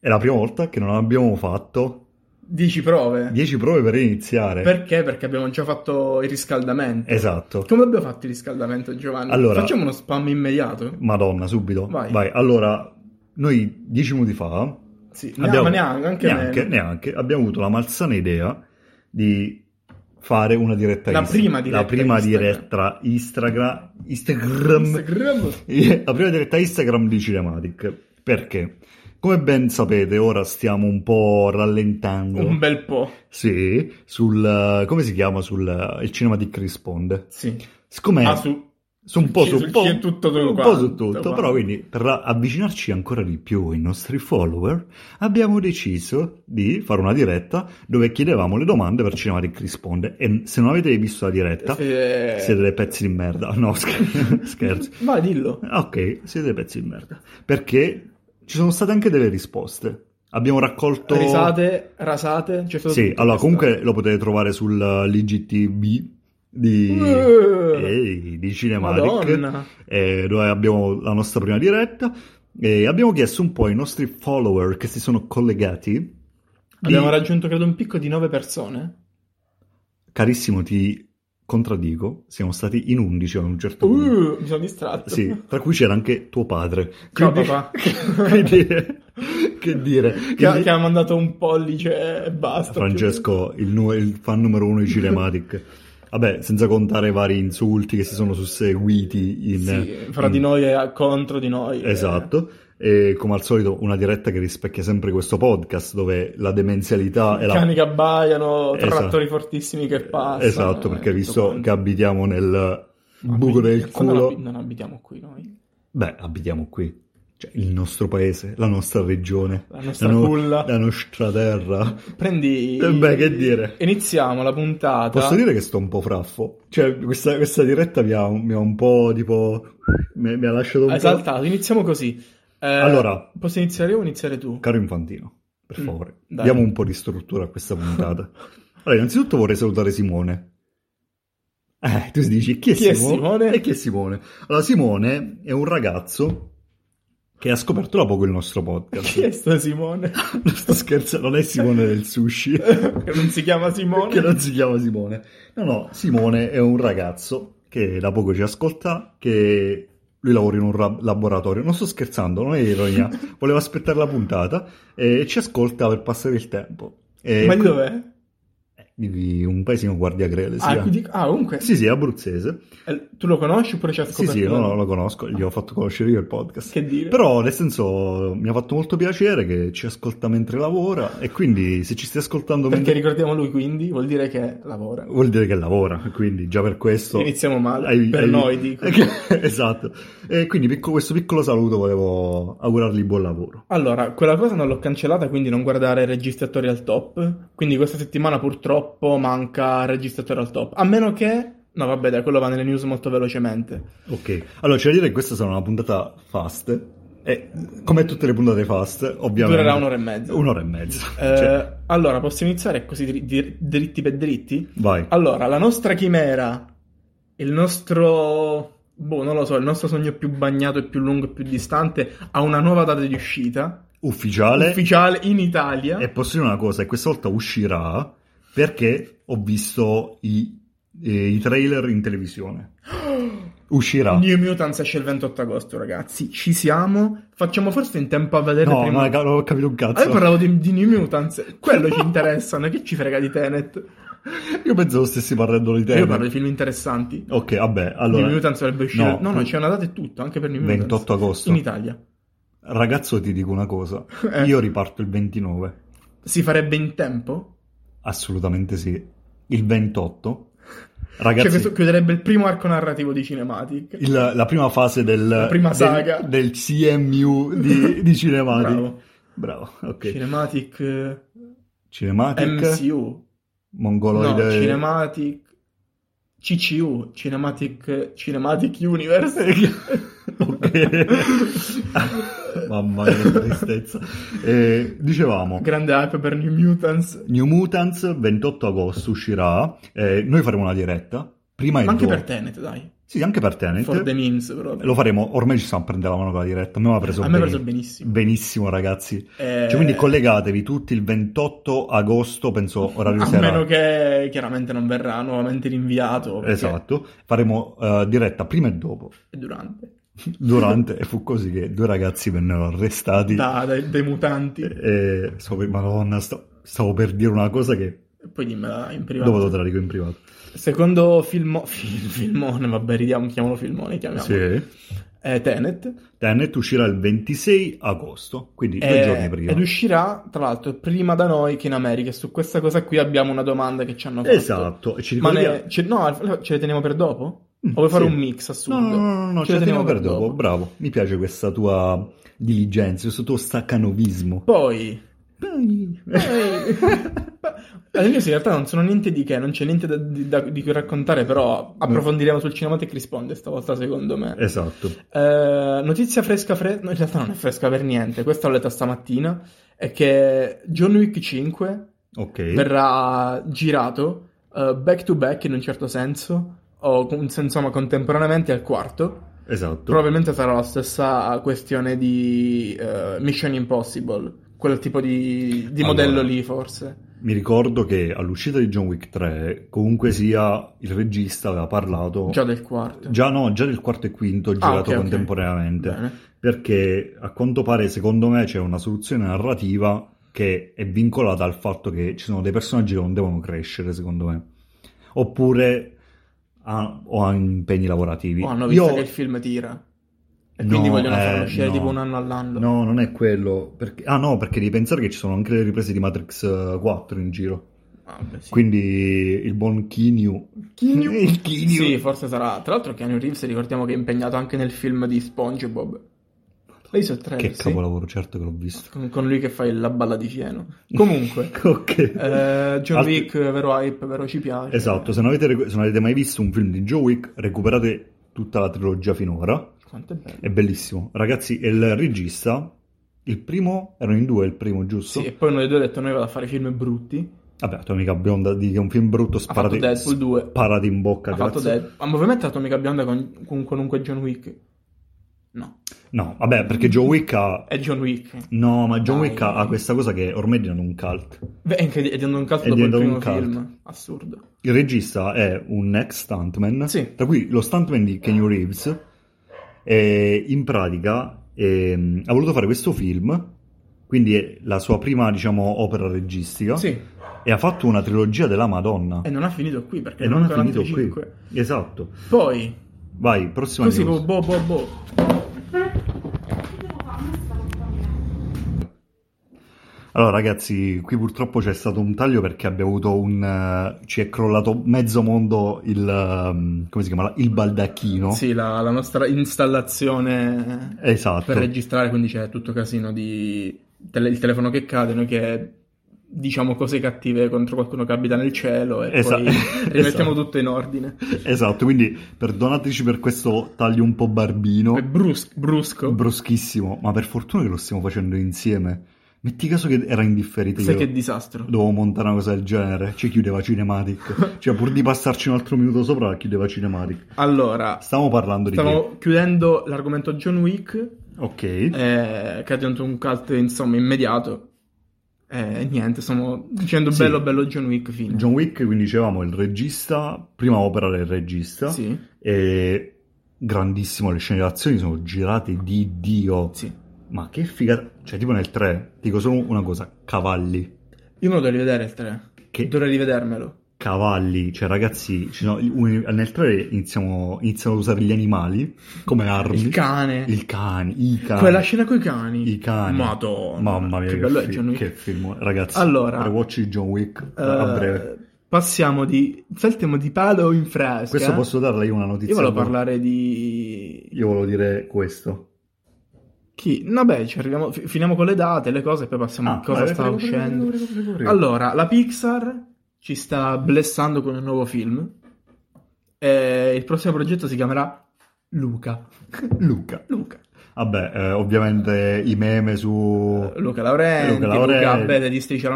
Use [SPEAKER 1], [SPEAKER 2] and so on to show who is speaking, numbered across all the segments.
[SPEAKER 1] È la prima volta che non abbiamo fatto
[SPEAKER 2] 10 prove.
[SPEAKER 1] 10 prove per iniziare.
[SPEAKER 2] Perché? Perché abbiamo già fatto il riscaldamento.
[SPEAKER 1] Esatto.
[SPEAKER 2] Come abbiamo fatto il riscaldamento, Giovanni?
[SPEAKER 1] Allora-
[SPEAKER 2] Facciamo uno spam immediato?
[SPEAKER 1] Madonna, subito.
[SPEAKER 2] Vai.
[SPEAKER 1] Allora, noi 10 minuti fa
[SPEAKER 2] Sì, ne- ma neanche, anche
[SPEAKER 1] neanche,
[SPEAKER 2] meno.
[SPEAKER 1] neanche, abbiamo avuto la malsana idea di fare una diretta
[SPEAKER 2] La
[SPEAKER 1] Instagram.
[SPEAKER 2] prima diretta
[SPEAKER 1] la prima
[SPEAKER 2] Instagram.
[SPEAKER 1] diretta Instagram, Instagram
[SPEAKER 2] Instagram.
[SPEAKER 1] la prima diretta Instagram di Cinematic. Perché? Come ben sapete, ora stiamo un po' rallentando.
[SPEAKER 2] Un bel po'.
[SPEAKER 1] Sì, sul eh, come si chiama sul eh, il Cinematic Risponde.
[SPEAKER 2] Sì.
[SPEAKER 1] Siccome
[SPEAKER 2] Ah, su.
[SPEAKER 1] su un po'
[SPEAKER 2] sì,
[SPEAKER 1] su
[SPEAKER 2] su
[SPEAKER 1] un po',
[SPEAKER 2] chi è tutto quello
[SPEAKER 1] un po'
[SPEAKER 2] quanto,
[SPEAKER 1] su tutto,
[SPEAKER 2] quanto.
[SPEAKER 1] però quindi per avvicinarci ancora di più ai nostri follower, abbiamo deciso di fare una diretta dove chiedevamo le domande per Cinematic Risponde e se non avete visto la diretta
[SPEAKER 2] Eh,
[SPEAKER 1] siete dei pezzi di merda. No, scher- scherzo.
[SPEAKER 2] Vai, dillo.
[SPEAKER 1] Ok, siete dei pezzi di merda. Perché ci sono state anche delle risposte. Abbiamo raccolto
[SPEAKER 2] Risate, rasate. C'è stato
[SPEAKER 1] sì,
[SPEAKER 2] tutto
[SPEAKER 1] allora
[SPEAKER 2] questo.
[SPEAKER 1] comunque lo potete trovare sull'IGTV di,
[SPEAKER 2] Eh.
[SPEAKER 1] Ehi, di Cinematic,
[SPEAKER 2] Madonna.
[SPEAKER 1] eh, dove abbiamo la nostra prima diretta. E abbiamo chiesto un po' ai nostri follower che si sono collegati. di-
[SPEAKER 2] Abbiamo raggiunto credo un picco di 9 persone.
[SPEAKER 1] Carissimo, ti contraddico, siamo stati in 11 a un certo punto.
[SPEAKER 2] Uh, mi sono distratto.
[SPEAKER 1] Sì, tra cui c'era anche tuo padre.
[SPEAKER 2] Ciao,
[SPEAKER 1] Quindi-
[SPEAKER 2] papà.
[SPEAKER 1] che dire? Che dire?
[SPEAKER 2] Che, ha-
[SPEAKER 1] Quindi-
[SPEAKER 2] che ha mandato un pollice e basta.
[SPEAKER 1] Francesco, il, nu- il fan numero uno di Cinematic. Vabbè, senza contare i vari insulti che si sono susseguiti in...
[SPEAKER 2] Sì, eh. fra
[SPEAKER 1] in-
[SPEAKER 2] di noi e contro di noi.
[SPEAKER 1] Esatto. E come al solito una diretta che rispecchia sempre questo podcast dove la demenzialità è la...
[SPEAKER 2] Cani che abbaiano,
[SPEAKER 1] Eh, Esatto.
[SPEAKER 2] trattori fortissimi che passano.
[SPEAKER 1] Esatto, perché
[SPEAKER 2] eh,
[SPEAKER 1] visto
[SPEAKER 2] tutto quanto.
[SPEAKER 1] che abitiamo nel buco del
[SPEAKER 2] Quando non
[SPEAKER 1] culo...
[SPEAKER 2] abi- Non abitiamo qui noi.
[SPEAKER 1] Beh, abitiamo qui. Cioè, il nostro paese, la nostra regione,
[SPEAKER 2] La nostra
[SPEAKER 1] no-
[SPEAKER 2] culla.
[SPEAKER 1] la nostra terra.
[SPEAKER 2] Prendi...
[SPEAKER 1] Eh beh, che dire.
[SPEAKER 2] Iniziamo la puntata.
[SPEAKER 1] Posso dire che sto un po' fraffo? Cioè, questa, questa diretta mi ha, mi ha un po' tipo. Mi, mi ha lasciato un
[SPEAKER 2] Hai
[SPEAKER 1] po'.
[SPEAKER 2] saltato, iniziamo così. Eh,
[SPEAKER 1] Allora.
[SPEAKER 2] Posso iniziare io o iniziare tu?
[SPEAKER 1] Caro Infantino, per
[SPEAKER 2] Mm,
[SPEAKER 1] favore,
[SPEAKER 2] dai.
[SPEAKER 1] diamo un po' di struttura a questa puntata. allora, innanzitutto vorrei salutare Simone. Eh, tu dici chi è,
[SPEAKER 2] Chi è
[SPEAKER 1] Simone?
[SPEAKER 2] Simone?
[SPEAKER 1] E chi è Simone? Allora, Simone è un ragazzo che ha scoperto da poco il nostro podcast.
[SPEAKER 2] Chi è sto Simone?
[SPEAKER 1] Non sto scherzando, non è Simone del sushi.
[SPEAKER 2] che non si chiama Simone?
[SPEAKER 1] Che non si chiama Simone. No, no, Simone è un ragazzo che da poco ci ascolta, che lui lavora in un ra- laboratorio. Non sto scherzando, non è ironia. Voleva aspettare la puntata e ci ascolta per passare il tempo. E
[SPEAKER 2] Ma di dov'è?
[SPEAKER 1] Di un paesino guardia grele, sì.
[SPEAKER 2] Ah,
[SPEAKER 1] eh.
[SPEAKER 2] quindi- ah, comunque.
[SPEAKER 1] Sì, sì, è abruzzese.
[SPEAKER 2] Eh, Tu lo conosci oppure ci ha
[SPEAKER 1] Sì,
[SPEAKER 2] scoperto?
[SPEAKER 1] sì, no, no, lo conosco, gli ho fatto conoscere io il podcast.
[SPEAKER 2] Che dire?
[SPEAKER 1] Però, nel senso, mi ha fatto molto piacere che ci ascolta mentre lavora e quindi se ci stai ascoltando
[SPEAKER 2] Perché
[SPEAKER 1] mentre...
[SPEAKER 2] ricordiamo lui quindi, vuol dire che lavora.
[SPEAKER 1] Vuol dire che lavora, quindi già per questo...
[SPEAKER 2] Iniziamo male,
[SPEAKER 1] Hai-
[SPEAKER 2] per
[SPEAKER 1] hai-
[SPEAKER 2] noi dico.
[SPEAKER 1] esatto. E quindi picco- questo piccolo saluto volevo augurargli buon lavoro.
[SPEAKER 2] Allora, quella cosa non l'ho cancellata, quindi non guardare registratori al top. Quindi questa settimana purtroppo manca registratore al top. A meno che... No, vabbè, dai, quello va nelle news molto velocemente.
[SPEAKER 1] Ok. Allora, c'è da dire che questa sarà una puntata fast. E come tutte le puntate fast, ovviamente...
[SPEAKER 2] Durerà un'ora e mezza.
[SPEAKER 1] Un'ora e mezza.
[SPEAKER 2] Eh,
[SPEAKER 1] Cioè,
[SPEAKER 2] allora, possiamo iniziare così dri- dir- dritti per dritti?
[SPEAKER 1] vai.
[SPEAKER 2] Allora, la nostra chimera, il nostro... Boh, non lo so, il nostro sogno più bagnato e più lungo e più distante ha una nuova data di uscita,
[SPEAKER 1] Ufficiale.
[SPEAKER 2] ufficiale in Italia.
[SPEAKER 1] E posso dire una cosa, e questa volta uscirà perché ho visto i, eh, i trailer in televisione. Uscirà.
[SPEAKER 2] New Mutants esce il 28 agosto, ragazzi. Ci siamo. Facciamo forse in tempo a vedere
[SPEAKER 1] No,
[SPEAKER 2] prima.
[SPEAKER 1] ma non ho capito un
[SPEAKER 2] Ah,
[SPEAKER 1] cazzo.
[SPEAKER 2] io parlavo di, di New Mutants. Quello ci interessa, non è che ci frega di Tenet.
[SPEAKER 1] Io pensavo stessi parlando di te.
[SPEAKER 2] Io parlo di film interessanti.
[SPEAKER 1] Ok, vabbè, allora...
[SPEAKER 2] New Mutants dovrebbe uscire.
[SPEAKER 1] no.
[SPEAKER 2] No, no, c'è una data e tutto, anche per New Mutants.
[SPEAKER 1] 28 agosto.
[SPEAKER 2] In Italia.
[SPEAKER 1] Ragazzo, ti dico una cosa.
[SPEAKER 2] Eh.
[SPEAKER 1] Io riparto il 29.
[SPEAKER 2] Si farebbe in tempo?
[SPEAKER 1] Assolutamente sì. Il 28.
[SPEAKER 2] Cioè,
[SPEAKER 1] Ragazzi,
[SPEAKER 2] questo chiuderebbe il primo arco narrativo di Cinematic.
[SPEAKER 1] il- la prima fase del,
[SPEAKER 2] prima
[SPEAKER 1] del-
[SPEAKER 2] saga.
[SPEAKER 1] del CMU di, di Cinematic.
[SPEAKER 2] Bravo.
[SPEAKER 1] Bravo, ok.
[SPEAKER 2] Cinematic eh,
[SPEAKER 1] Cinematic,
[SPEAKER 2] MCU. No,
[SPEAKER 1] Mongoloide.
[SPEAKER 2] Cinematic CCU, Cinematic Cinematic Universe.
[SPEAKER 1] ok. Mamma mia, che tristezza. Eh, dicevamo,
[SPEAKER 2] Grande hype per New Mutants.
[SPEAKER 1] New Mutants 28 agosto uscirà. Eh, noi faremo una diretta. Prima il
[SPEAKER 2] Ma anche
[SPEAKER 1] due.
[SPEAKER 2] per Tenet, dai.
[SPEAKER 1] Sì, anche per Tenet.
[SPEAKER 2] For the memes, proprio.
[SPEAKER 1] Lo faremo, ormai ci stiamo prendendo la mano con la diretta. A me ha preso
[SPEAKER 2] A me ha
[SPEAKER 1] bene.
[SPEAKER 2] preso benissimo.
[SPEAKER 1] benissimo, ragazzi.
[SPEAKER 2] Eh,
[SPEAKER 1] Cioè, quindi collegatevi tutti il 28 agosto, penso, orario
[SPEAKER 2] a
[SPEAKER 1] sera.
[SPEAKER 2] meno che chiaramente non verrà nuovamente rinviato. perché
[SPEAKER 1] Esatto, faremo eh, diretta prima e dopo.
[SPEAKER 2] È durante.
[SPEAKER 1] Durante, e fu così che due ragazzi vennero arrestati.
[SPEAKER 2] Da- dai, dai mutanti. E
[SPEAKER 1] E stavo per, Madonna, sta- stavo per dire una cosa che
[SPEAKER 2] poi dimmela in privato.
[SPEAKER 1] dopo te la dico in privato.
[SPEAKER 2] Secondo filmo... fil- filmone, vabbè, ridiamo, chiamalo filmone, chiamiamolo.
[SPEAKER 1] Sì.
[SPEAKER 2] Eh, Tenet.
[SPEAKER 1] Tenet uscirà il 26 agosto, quindi due
[SPEAKER 2] Eh,
[SPEAKER 1] giorni prima.
[SPEAKER 2] Ed uscirà, tra l'altro, prima da noi che in America. E Su questa cosa qui abbiamo una domanda che ci hanno fatto.
[SPEAKER 1] Esatto, e ci
[SPEAKER 2] Ma
[SPEAKER 1] ricordiamo...
[SPEAKER 2] ne- ce- no, al- ce le teniamo per dopo? O
[SPEAKER 1] Mm,
[SPEAKER 2] vuoi fare
[SPEAKER 1] sì.
[SPEAKER 2] un mix
[SPEAKER 1] No,
[SPEAKER 2] assurdo?
[SPEAKER 1] no, no, no, no, ce la teniamo per dopo. bravo. Mi piace questa tua diligenza, questo tuo staccanovismo.
[SPEAKER 2] Poi...
[SPEAKER 1] Dai.
[SPEAKER 2] Alle news in realtà non sono niente di che, non c'è niente da- di, da- di cui raccontare, però approfondiremo sul Cinematic Risponde stavolta secondo me.
[SPEAKER 1] Esatto.
[SPEAKER 2] Eh, notizia fresca fresca, no, in realtà non è fresca per niente, questa l'ho letta stamattina, è che John Wick 5
[SPEAKER 1] Ok.
[SPEAKER 2] verrà girato eh, back to back in un certo senso, o con- insomma contemporaneamente al quarto.
[SPEAKER 1] Esatto.
[SPEAKER 2] Probabilmente sarà la stessa questione di eh, Mission Impossible, quel tipo di, di
[SPEAKER 1] Allora.
[SPEAKER 2] modello lì forse.
[SPEAKER 1] Mi ricordo che all'uscita di John Wick 3, comunque sia, il regista aveva parlato
[SPEAKER 2] Già del quarto.
[SPEAKER 1] Oh. Già no, già del quarto e quinto girato
[SPEAKER 2] ok, Eh. ok.
[SPEAKER 1] contemporaneamente.
[SPEAKER 2] Bene.
[SPEAKER 1] Perché a quanto pare, secondo me, c'è una soluzione narrativa che è vincolata al fatto che ci sono dei personaggi che non devono crescere, secondo me. Oppure ha, o ha impegni lavorativi.
[SPEAKER 2] Oh, hanno visto
[SPEAKER 1] Io-
[SPEAKER 2] che il film tira. E
[SPEAKER 1] No,
[SPEAKER 2] quindi vogliono farlo
[SPEAKER 1] eh,
[SPEAKER 2] uscire
[SPEAKER 1] no.
[SPEAKER 2] tipo un anno all'anno.
[SPEAKER 1] No, non è quello. Perché... Ah no, perché devi pensare che ci sono anche le riprese di Matrix eh, 4 in giro.
[SPEAKER 2] Ah, beh, sì.
[SPEAKER 1] Quindi il buon Kinyu...
[SPEAKER 2] Keanu-
[SPEAKER 1] Il Kinyu...
[SPEAKER 2] Sì, forse sarà. Tra l'altro Keanu Reeves ricordiamo che è impegnato anche nel film di SpongeBob. L'hai visto il trailer,
[SPEAKER 1] Che
[SPEAKER 2] Eh, sì?
[SPEAKER 1] capolavoro, certo che l'ho visto.
[SPEAKER 2] Con, con lui che fa il- la balla di fieno. Comunque,
[SPEAKER 1] ok.
[SPEAKER 2] eh, John
[SPEAKER 1] Altri-
[SPEAKER 2] Wick, vero hype, vero ci piace.
[SPEAKER 1] Esatto, se non, avete, recu- se non avete mai visto un film di Joe Wick, recuperate tutta la trilogia finora.
[SPEAKER 2] Quanto è bello.
[SPEAKER 1] È bellissimo. Ragazzi, e il regista, il primo, erano in due il primo, giusto?
[SPEAKER 2] Sì, e poi uno dei due ha detto noi vado a fare film brutti.
[SPEAKER 1] Vabbè, Atomica Bionda, di che è un film brutto,
[SPEAKER 2] Ha fatto
[SPEAKER 1] sparati,
[SPEAKER 2] Deadpool 2.
[SPEAKER 1] sparati in bocca,
[SPEAKER 2] Ha fatto
[SPEAKER 1] grazie.
[SPEAKER 2] Deadpool. Ma ovviamente Atomica Bionda con, con qualunque John Wick. No,
[SPEAKER 1] No, vabbè, perché Joe Wick ha...
[SPEAKER 2] è John Wick.
[SPEAKER 1] No, ma John
[SPEAKER 2] Dai.
[SPEAKER 1] Wick ha ha questa cosa che ormai è diventato un cult.
[SPEAKER 2] Beh, è incredi- è diventato un cult
[SPEAKER 1] È
[SPEAKER 2] dopo il primo
[SPEAKER 1] diventato un
[SPEAKER 2] film. Assurdo.
[SPEAKER 1] Il regista è un ex stuntman,
[SPEAKER 2] Sì.
[SPEAKER 1] tra cui lo stuntman di Kenny Reeves, e in pratica ehm, ha voluto fare questo film, quindi è la sua prima, diciamo, opera registica,
[SPEAKER 2] Sì, Eh,
[SPEAKER 1] e ha fatto una trilogia della Madonna.
[SPEAKER 2] e non ha finito qui perché
[SPEAKER 1] E non ha
[SPEAKER 2] mancano
[SPEAKER 1] finito
[SPEAKER 2] altri
[SPEAKER 1] qui.
[SPEAKER 2] cinque.
[SPEAKER 1] Esatto.
[SPEAKER 2] Poi,
[SPEAKER 1] Vai, prossima
[SPEAKER 2] così,
[SPEAKER 1] news.
[SPEAKER 2] boh, boh, boh, boh.
[SPEAKER 1] Allora ragazzi, qui purtroppo c'è stato un taglio perché abbiamo avuto un... eh, ci è crollato mezzo mondo il... ehm, come si chiama? Il baldacchino.
[SPEAKER 2] Sì, la, la nostra installazione
[SPEAKER 1] Esatto.
[SPEAKER 2] per registrare, quindi c'è tutto casino di tele- il telefono che cade, noi che diciamo cose cattive contro qualcuno che abita nel cielo e
[SPEAKER 1] Esa-
[SPEAKER 2] poi rimettiamo
[SPEAKER 1] esatto.
[SPEAKER 2] tutto in ordine.
[SPEAKER 1] Esatto, quindi perdonateci per questo taglio un po' barbino,
[SPEAKER 2] È brus- brusco.
[SPEAKER 1] bruschissimo, ma per fortuna che lo stiamo facendo insieme. Metti caso che era indifferito
[SPEAKER 2] Sai
[SPEAKER 1] io.
[SPEAKER 2] che disastro.
[SPEAKER 1] Dovevo montare una cosa del genere, ci chiudeva Cinematic. cioè, pur di passarci un altro minuto sopra, chiudeva Cinematic.
[SPEAKER 2] Allora,
[SPEAKER 1] Stiamo parlando di
[SPEAKER 2] stavo chiudendo l'argomento John Wick.
[SPEAKER 1] che? Ok.
[SPEAKER 2] eh, che è diventato un cult insomma immediato e niente stiamo dicendo
[SPEAKER 1] Sì.
[SPEAKER 2] bello bello John Wick fine
[SPEAKER 1] John Wick, quindi dicevamo, il regista, prima opera del regista,
[SPEAKER 2] sì,
[SPEAKER 1] e grandissimo, le scene d'azione sono girate di Dio.
[SPEAKER 2] sì.
[SPEAKER 1] Ma che figata. Cioè, tipo nel 3, dico solo una cosa, cavalli.
[SPEAKER 2] io me lo devo rivedere il 3
[SPEAKER 1] Che-
[SPEAKER 2] dovrei rivedermelo
[SPEAKER 1] cavalli, cioè ragazzi, ci sono- un- nel 3 iniziamo, iniziano ad usare gli animali come armi.
[SPEAKER 2] Il cane.
[SPEAKER 1] Il cane, i cani.
[SPEAKER 2] Quella scena coi cani.
[SPEAKER 1] I cani.
[SPEAKER 2] Madonna.
[SPEAKER 1] Mamma mia,
[SPEAKER 2] che
[SPEAKER 1] che,
[SPEAKER 2] bello è
[SPEAKER 1] fi-
[SPEAKER 2] John Wick.
[SPEAKER 1] che film. Ragazzi,
[SPEAKER 2] Allora.
[SPEAKER 1] rewatch di John Wick
[SPEAKER 2] Eh,
[SPEAKER 1] a breve.
[SPEAKER 2] Passiamo di saltiamo di palo in fresca. eh.
[SPEAKER 1] Questo posso darla io una notizia?
[SPEAKER 2] Io volevo
[SPEAKER 1] buona?
[SPEAKER 2] parlare di
[SPEAKER 1] Io volevo dire questo.
[SPEAKER 2] chi? Vabbè, ci arriviamo fi- finiamo con le date, le cose e poi passiamo a cosa
[SPEAKER 1] Ah, vai,
[SPEAKER 2] sta
[SPEAKER 1] prego, prego,
[SPEAKER 2] uscendo.
[SPEAKER 1] prego, prego, prego, prego.
[SPEAKER 2] Allora, la Pixar ci sta blessando con un nuovo film. E il prossimo progetto si chiamerà Luca.
[SPEAKER 1] Luca.
[SPEAKER 2] Luca.
[SPEAKER 1] Vabbè, eh, ovviamente i meme su...
[SPEAKER 2] Eh, Luca Laurenti,
[SPEAKER 1] Oh. Luca
[SPEAKER 2] Luca,
[SPEAKER 1] Laurenti.
[SPEAKER 2] Abete di Striscia la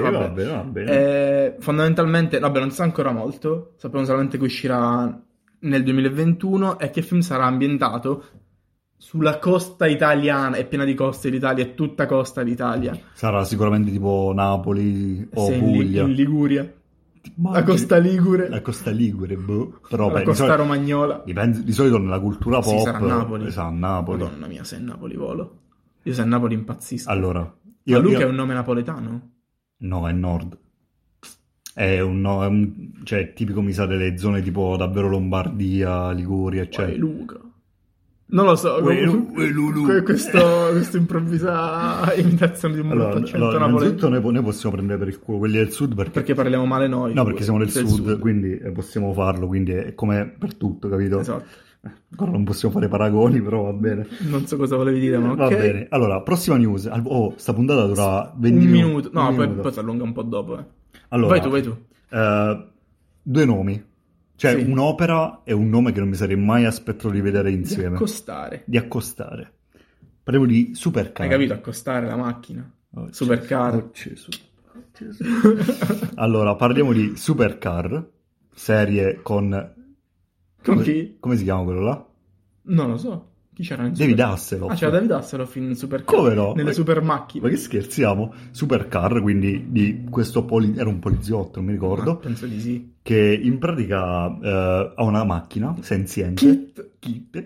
[SPEAKER 1] Ok,
[SPEAKER 2] vabbè.
[SPEAKER 1] va bene, va bene.
[SPEAKER 2] Eh, fondamentalmente, vabbè, non si sa ancora molto. Sappiamo solamente che uscirà nel 2021 e che il film sarà ambientato sulla costa italiana. È piena di coste l'Italia, è tutta costa l'Italia.
[SPEAKER 1] Sarà sicuramente tipo Napoli o
[SPEAKER 2] Se in, Li-
[SPEAKER 1] Puglia.
[SPEAKER 2] in Liguria,
[SPEAKER 1] Ti immagini?
[SPEAKER 2] la costa Ligure,
[SPEAKER 1] La Costa Ligure, boh. Però
[SPEAKER 2] la
[SPEAKER 1] beh,
[SPEAKER 2] costa
[SPEAKER 1] di, solito,
[SPEAKER 2] romagnola.
[SPEAKER 1] dipende- di solito nella cultura
[SPEAKER 2] Sì,
[SPEAKER 1] pop...
[SPEAKER 2] sarà Napoli.
[SPEAKER 1] Sarà Napoli.
[SPEAKER 2] Madonna mia, se è Napoli volo. Io se è Napoli impazzisco.
[SPEAKER 1] Allora,
[SPEAKER 2] Ma
[SPEAKER 1] io,
[SPEAKER 2] Luca
[SPEAKER 1] io-
[SPEAKER 2] è un nome napoletano?
[SPEAKER 1] No, è nord. È un, no- è un- Cioè, tipico, mi sa, delle zone tipo davvero Lombardia, Liguria,
[SPEAKER 2] Cioè,
[SPEAKER 1] eccetera.
[SPEAKER 2] Luca. Non lo so,
[SPEAKER 1] Uè, Lu-
[SPEAKER 2] comunque-
[SPEAKER 1] uè, Lu- Lu.
[SPEAKER 2] que- questo, questa improvvisa imitazione di un brutto
[SPEAKER 1] Allora,
[SPEAKER 2] accento
[SPEAKER 1] allora,
[SPEAKER 2] napoletano.
[SPEAKER 1] innanzitutto noi, po- noi possiamo prendere per il culo quelli del sud perché...
[SPEAKER 2] Perché parliamo male noi.
[SPEAKER 1] No, perché siamo del,
[SPEAKER 2] del
[SPEAKER 1] sud, quindi eh, possiamo farlo, quindi è come per tutto, capito?
[SPEAKER 2] Esatto.
[SPEAKER 1] Ancora non possiamo fare paragoni, però va bene.
[SPEAKER 2] Non so cosa volevi dire, ma ok.
[SPEAKER 1] Va bene. Allora, prossima news. Al- Oh, sta puntata dura 20
[SPEAKER 2] Un
[SPEAKER 1] minuti.
[SPEAKER 2] minuto. No,
[SPEAKER 1] Un
[SPEAKER 2] poi,
[SPEAKER 1] minuto.
[SPEAKER 2] poi si allunga un po' dopo. eh.
[SPEAKER 1] Allora,
[SPEAKER 2] vai tu, vai tu.
[SPEAKER 1] eh, due nomi. Cioè,
[SPEAKER 2] Sì.
[SPEAKER 1] un'opera e un nome che non mi sarei mai aspettato di vedere
[SPEAKER 2] Di
[SPEAKER 1] insieme.
[SPEAKER 2] accostare.
[SPEAKER 1] Di accostare. Parliamo di Supercar.
[SPEAKER 2] Hai capito? Accostare la macchina.
[SPEAKER 1] Oh, Gesù.
[SPEAKER 2] Supercar.
[SPEAKER 1] Oh, Gesù. Oh, Gesù. allora, parliamo di Supercar, serie con...
[SPEAKER 2] Con
[SPEAKER 1] come-
[SPEAKER 2] chi?
[SPEAKER 1] Come si chiama quello là?
[SPEAKER 2] Non lo so. Chi c'era nel
[SPEAKER 1] David
[SPEAKER 2] super-
[SPEAKER 1] Hasselhoff.
[SPEAKER 2] Ah, c'era David Hasselhoff in Super
[SPEAKER 1] Come no?
[SPEAKER 2] Nelle
[SPEAKER 1] Ma-
[SPEAKER 2] super
[SPEAKER 1] Ma
[SPEAKER 2] macchine.
[SPEAKER 1] che scherziamo? Supercar, quindi di questo poli... era un poliziotto, non mi ricordo,
[SPEAKER 2] Ah, penso di sì.
[SPEAKER 1] che in pratica eh, ha una macchina senziente,
[SPEAKER 2] Kit.
[SPEAKER 1] kit, Eh,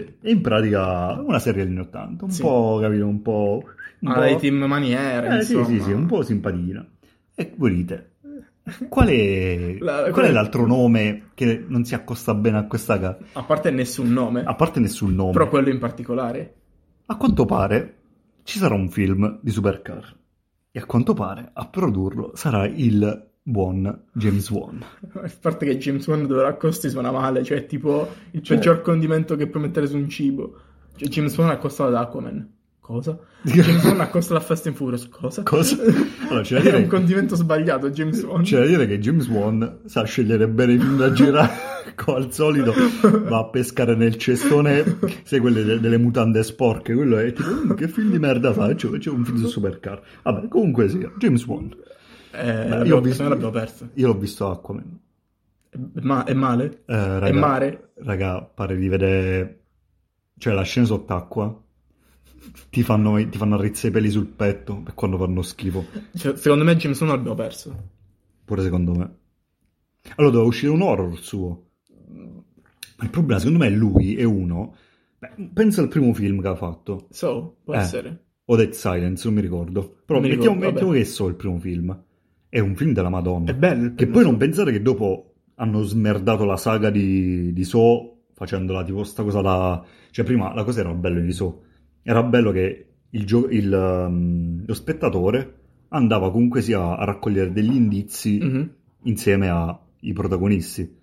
[SPEAKER 1] e, e in pratica una serie degli anni 80, un
[SPEAKER 2] Sì.
[SPEAKER 1] po', capito, un po'... Un
[SPEAKER 2] Ah,
[SPEAKER 1] po'...
[SPEAKER 2] dai team maniera,
[SPEAKER 1] Eh, sì,
[SPEAKER 2] insomma.
[SPEAKER 1] sì, sì, un po' simpatina. E voi dite, qual è,
[SPEAKER 2] La-
[SPEAKER 1] qual
[SPEAKER 2] quella-
[SPEAKER 1] è l'altro nome che non si accosta bene a questa... ca-
[SPEAKER 2] A parte nessun nome,
[SPEAKER 1] A parte nessun nome.
[SPEAKER 2] però quello in particolare.
[SPEAKER 1] A quanto pare ci sarà un film di supercar e a quanto pare a produrlo sarà il buon James Wan.
[SPEAKER 2] A parte che James Wan dove l'accosti suona male, cioè è tipo il
[SPEAKER 1] Cioè-
[SPEAKER 2] peggior condimento che puoi mettere su un cibo. Cioè James Wan accostato ad Aquaman. Cosa? James Wan accostato a Fast and Furious. Cosa?
[SPEAKER 1] Cosa? Cioè, Allora, c'è da
[SPEAKER 2] È un
[SPEAKER 1] dire,
[SPEAKER 2] condimento sbagliato, James Wan.
[SPEAKER 1] c'è da dire che James Wan sa scegliere bene il film da girare, come al solito va a pescare nel cestone, sai quelle de- delle mutande sporche, quello è tipo "Mm, che film di merda faccio, faccio un film su supercar. Vabbè, comunque sì, James Wan.
[SPEAKER 2] Eh,
[SPEAKER 1] Beh,
[SPEAKER 2] l'abbiamo-
[SPEAKER 1] ho visto-
[SPEAKER 2] noi l'abbiamo perso.
[SPEAKER 1] Io l'ho visto Aquaman.
[SPEAKER 2] È, ma- è male?
[SPEAKER 1] Eh, raga,
[SPEAKER 2] È mare?
[SPEAKER 1] Raga, pare di vedere... Cioè, la scena sott'acqua ti fanno, ti fanno arrizzare i peli sul petto per quando fanno schifo,
[SPEAKER 2] Cioè, secondo me James Wan l'abbiamo perso.
[SPEAKER 1] pure secondo me. Allora, doveva uscire un horror suo. Ma il problema, secondo me, è lui, è uno... Beh, pensa al primo film che ha fatto,
[SPEAKER 2] So, può
[SPEAKER 1] Eh.
[SPEAKER 2] essere.
[SPEAKER 1] o Dead Silence, non mi ricordo. Però
[SPEAKER 2] Non mi
[SPEAKER 1] mettiamo,
[SPEAKER 2] ricordo,
[SPEAKER 1] mettiamo
[SPEAKER 2] vabbè.
[SPEAKER 1] che so il primo film. È un film della Madonna.
[SPEAKER 2] È bello. il
[SPEAKER 1] Che
[SPEAKER 2] primo
[SPEAKER 1] poi non
[SPEAKER 2] film.
[SPEAKER 1] pensare che dopo hanno smerdato la saga di, di So facendola tipo sta cosa da... Cioè prima la cosa era bello di So. Era bello che il gio- il, um, lo spettatore andava comunque sia a raccogliere degli indizi
[SPEAKER 2] Mhm.
[SPEAKER 1] insieme ai protagonisti.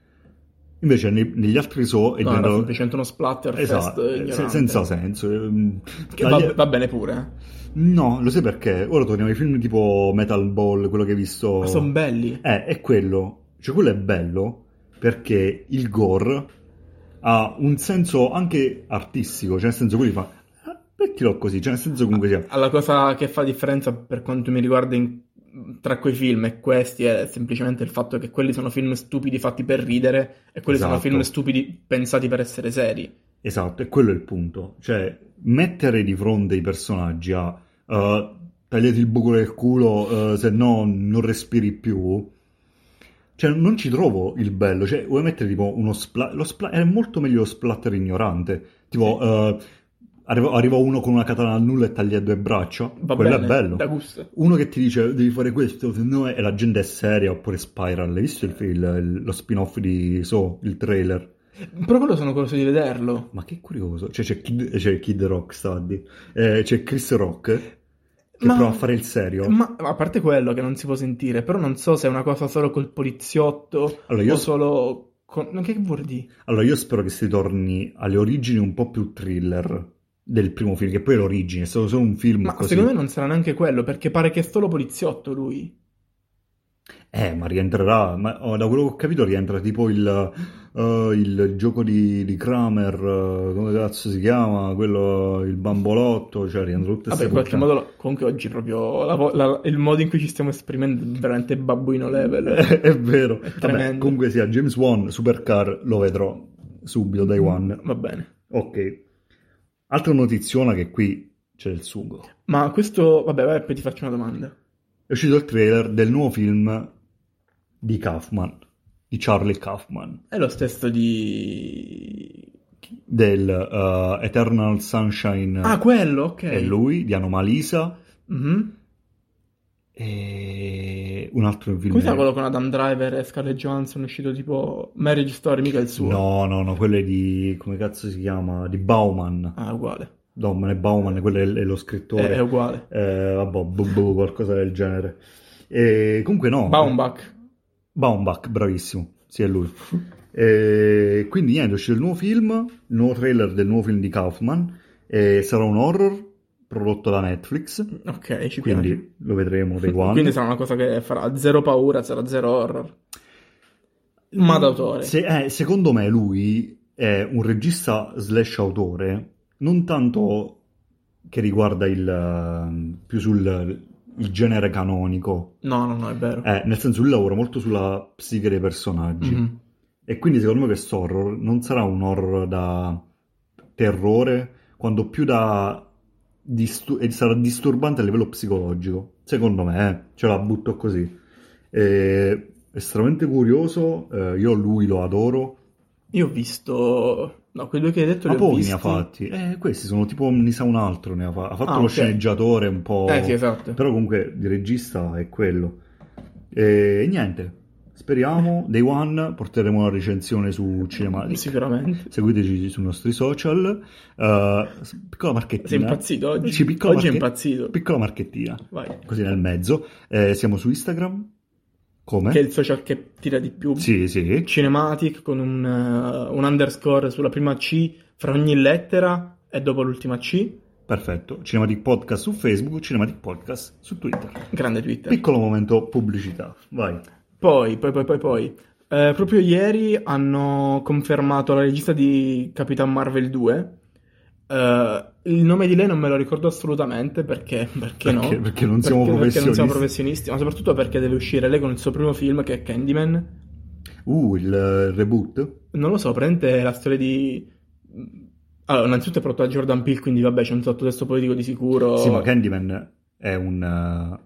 [SPEAKER 1] Invece nei- negli altri So è
[SPEAKER 2] No, era
[SPEAKER 1] diventato-
[SPEAKER 2] semplicemente uno splatterfest
[SPEAKER 1] Esatto, se-
[SPEAKER 2] ignorante.
[SPEAKER 1] senza senso. ehm,
[SPEAKER 2] Che va,
[SPEAKER 1] taglia-
[SPEAKER 2] va bene pure, eh.
[SPEAKER 1] No, lo sai perché? Ora torniamo ai film tipo Metal Ball, quello che hai visto...
[SPEAKER 2] ma sono belli.
[SPEAKER 1] Eh, è quello. Cioè, quello è bello perché il gore ha un senso anche artistico, cioè nel senso quelli fa "Ah, mettilo così, cioè nel senso comunque sia.
[SPEAKER 2] Alla cosa che fa differenza per quanto mi riguarda in- tra quei film e questi è semplicemente il fatto che quelli sono film stupidi fatti per ridere e quelli sono
[SPEAKER 1] Esatto.
[SPEAKER 2] film stupidi pensati per essere seri.
[SPEAKER 1] Esatto, e quello è il punto. Cioè, mettere di fronte i personaggi a eh, tagliati il buco del culo, eh, se no non respiri più. Cioè, non ci trovo il bello. Cioè, vuoi mettere tipo uno splatter. Lo spla- è molto meglio lo splatter ignorante. Tipo, eh, Arriva, arriva uno con una katana al nulla e taglia due braccia.
[SPEAKER 2] Va
[SPEAKER 1] Quello
[SPEAKER 2] bene,
[SPEAKER 1] è bello.
[SPEAKER 2] Da gusto.
[SPEAKER 1] Uno che ti dice devi fare questo, se no è e la gente è seria, oppure Spiral. Hai
[SPEAKER 2] Eh.
[SPEAKER 1] visto il, il- lo spin-off di So, il trailer?
[SPEAKER 2] Però quello sono curioso di vederlo.
[SPEAKER 1] Ma che curioso. Cioè c'è Kid, c'è Kid Rock, stavo a dire. Eh, c'è Chris Rock che
[SPEAKER 2] Ma-
[SPEAKER 1] prova a fare il serio.
[SPEAKER 2] Ma ma a parte quello che non si può sentire, però non so se è una cosa solo col poliziotto
[SPEAKER 1] Allora, io-
[SPEAKER 2] o solo con... Che vuol dire?
[SPEAKER 1] Allora io spero che si torni alle origini un po' più thriller del primo film, che poi è l'origine, è stato solo un film
[SPEAKER 2] Ma
[SPEAKER 1] così.
[SPEAKER 2] secondo me non sarà neanche quello, perché pare che è solo poliziotto lui.
[SPEAKER 1] Eh, ma rientrerà, ma, oh, da quello che ho capito rientra tipo il, eh, il gioco di, di Kramer, eh, come cazzo si chiama, quello, il bambolotto, cioè rientra tutte
[SPEAKER 2] Vabbè,
[SPEAKER 1] queste
[SPEAKER 2] in qualche
[SPEAKER 1] cose.
[SPEAKER 2] modo, lo- comunque oggi proprio la vo- la- il modo in cui ci stiamo esprimendo è veramente babbuino level.
[SPEAKER 1] È vero. Vabbè,
[SPEAKER 2] tremendo.
[SPEAKER 1] comunque sia, James Wan, Supercar, lo vedrò subito,
[SPEAKER 2] Mm.
[SPEAKER 1] day one.
[SPEAKER 2] Va bene.
[SPEAKER 1] Ok. Altra notiziona che qui c'è il sugo.
[SPEAKER 2] Ma questo, vabbè, vabbè, poi ti faccio una domanda.
[SPEAKER 1] È uscito il trailer del nuovo film di Kaufman, di Charlie Kaufman,
[SPEAKER 2] È lo stesso di...
[SPEAKER 1] del eh, Eternal Sunshine.
[SPEAKER 2] Ah, quello, ok.
[SPEAKER 1] è lui, di Anomalisa
[SPEAKER 2] Mhm.
[SPEAKER 1] e un altro film.
[SPEAKER 2] Come si chiama quello con Adam Driver e Scarlett Johansson uscito tipo Marriage Story, mica il suo?
[SPEAKER 1] No, no, no, quello è di come cazzo si chiama? Di Bauman.
[SPEAKER 2] Ah, è uguale.
[SPEAKER 1] No, ma non è Bauman, quello è, è lo
[SPEAKER 2] È,
[SPEAKER 1] scrittore.
[SPEAKER 2] è uguale.
[SPEAKER 1] Eh, vabbè, boh, boh, qualcosa del genere. E comunque no.
[SPEAKER 2] Baumbach.
[SPEAKER 1] Baumbach, bravissimo, sì, è lui. E quindi niente, uscirà il nuovo film, il nuovo trailer del nuovo film di Kaufman, e sarà un horror prodotto da Netflix,
[SPEAKER 2] Ok, ci piace.
[SPEAKER 1] quindi lo vedremo dei quando.
[SPEAKER 2] Quindi sarà una cosa che farà zero paura, sarà zero horror. Ma d'autore.
[SPEAKER 1] Se- eh, secondo me lui è un regista slash autore, non tanto che riguarda il ehm, più sul il genere canonico,
[SPEAKER 2] No, no, no, è vero.
[SPEAKER 1] Eh, nel senso lui lavora molto sulla psiche dei personaggi.
[SPEAKER 2] Mhm.
[SPEAKER 1] E quindi secondo me questo horror non sarà un horror da terrore, quanto più da... distu- e sarà disturbante a livello psicologico. Secondo me, eh, ce la butto così. È estremamente curioso, eh, io lui lo adoro.
[SPEAKER 2] Io ho visto... No, quello che hai detto
[SPEAKER 1] Ma
[SPEAKER 2] li ho
[SPEAKER 1] poi
[SPEAKER 2] visti.
[SPEAKER 1] ne ha fatti. Eh, questi sono tipo, ne sa un altro, ne ha, fa- ha fatto
[SPEAKER 2] Ah,
[SPEAKER 1] lo
[SPEAKER 2] ok.
[SPEAKER 1] sceneggiatore un po'...
[SPEAKER 2] Eh sì, esatto.
[SPEAKER 1] Però comunque di regista è quello. E niente, speriamo, day one porteremo una recensione su Cinematic.
[SPEAKER 2] Sicuramente.
[SPEAKER 1] Seguiteci sui nostri social. Eh, piccola marchettina.
[SPEAKER 2] Sei impazzito oggi?
[SPEAKER 1] Sì, piccola
[SPEAKER 2] Oggi è
[SPEAKER 1] marche-
[SPEAKER 2] impazzito.
[SPEAKER 1] Piccola marchettina,
[SPEAKER 2] Vai.
[SPEAKER 1] così nel mezzo. Eh, siamo su Instagram. Come?
[SPEAKER 2] Che è il social che tira di più.
[SPEAKER 1] Sì, sì.
[SPEAKER 2] Cinematic con un, eh, un underscore sulla prima C fra ogni lettera e dopo l'ultima C.
[SPEAKER 1] Perfetto. Cinematic Podcast su Facebook, Cinematic Podcast su Twitter.
[SPEAKER 2] Grande Twitter.
[SPEAKER 1] Piccolo momento pubblicità. Vai.
[SPEAKER 2] Poi, poi, poi, poi, poi. eh, proprio ieri hanno confermato la regista di Capitan Marvel 2. Eh, il nome di lei non me lo ricordo assolutamente perché, perché no?
[SPEAKER 1] Perché- perché non siamo
[SPEAKER 2] Perché- perché non siamo
[SPEAKER 1] professionisti.
[SPEAKER 2] professionisti, ma soprattutto perché deve uscire lei con il suo primo film che è Candyman.
[SPEAKER 1] Uh, il eh, reboot?
[SPEAKER 2] Non lo so, prende la storia di... Allora, innanzitutto è prodotto da Jordan Peele, quindi vabbè, c'è un sottotesto politico di sicuro.
[SPEAKER 1] Sì, ma Candyman è un... eh,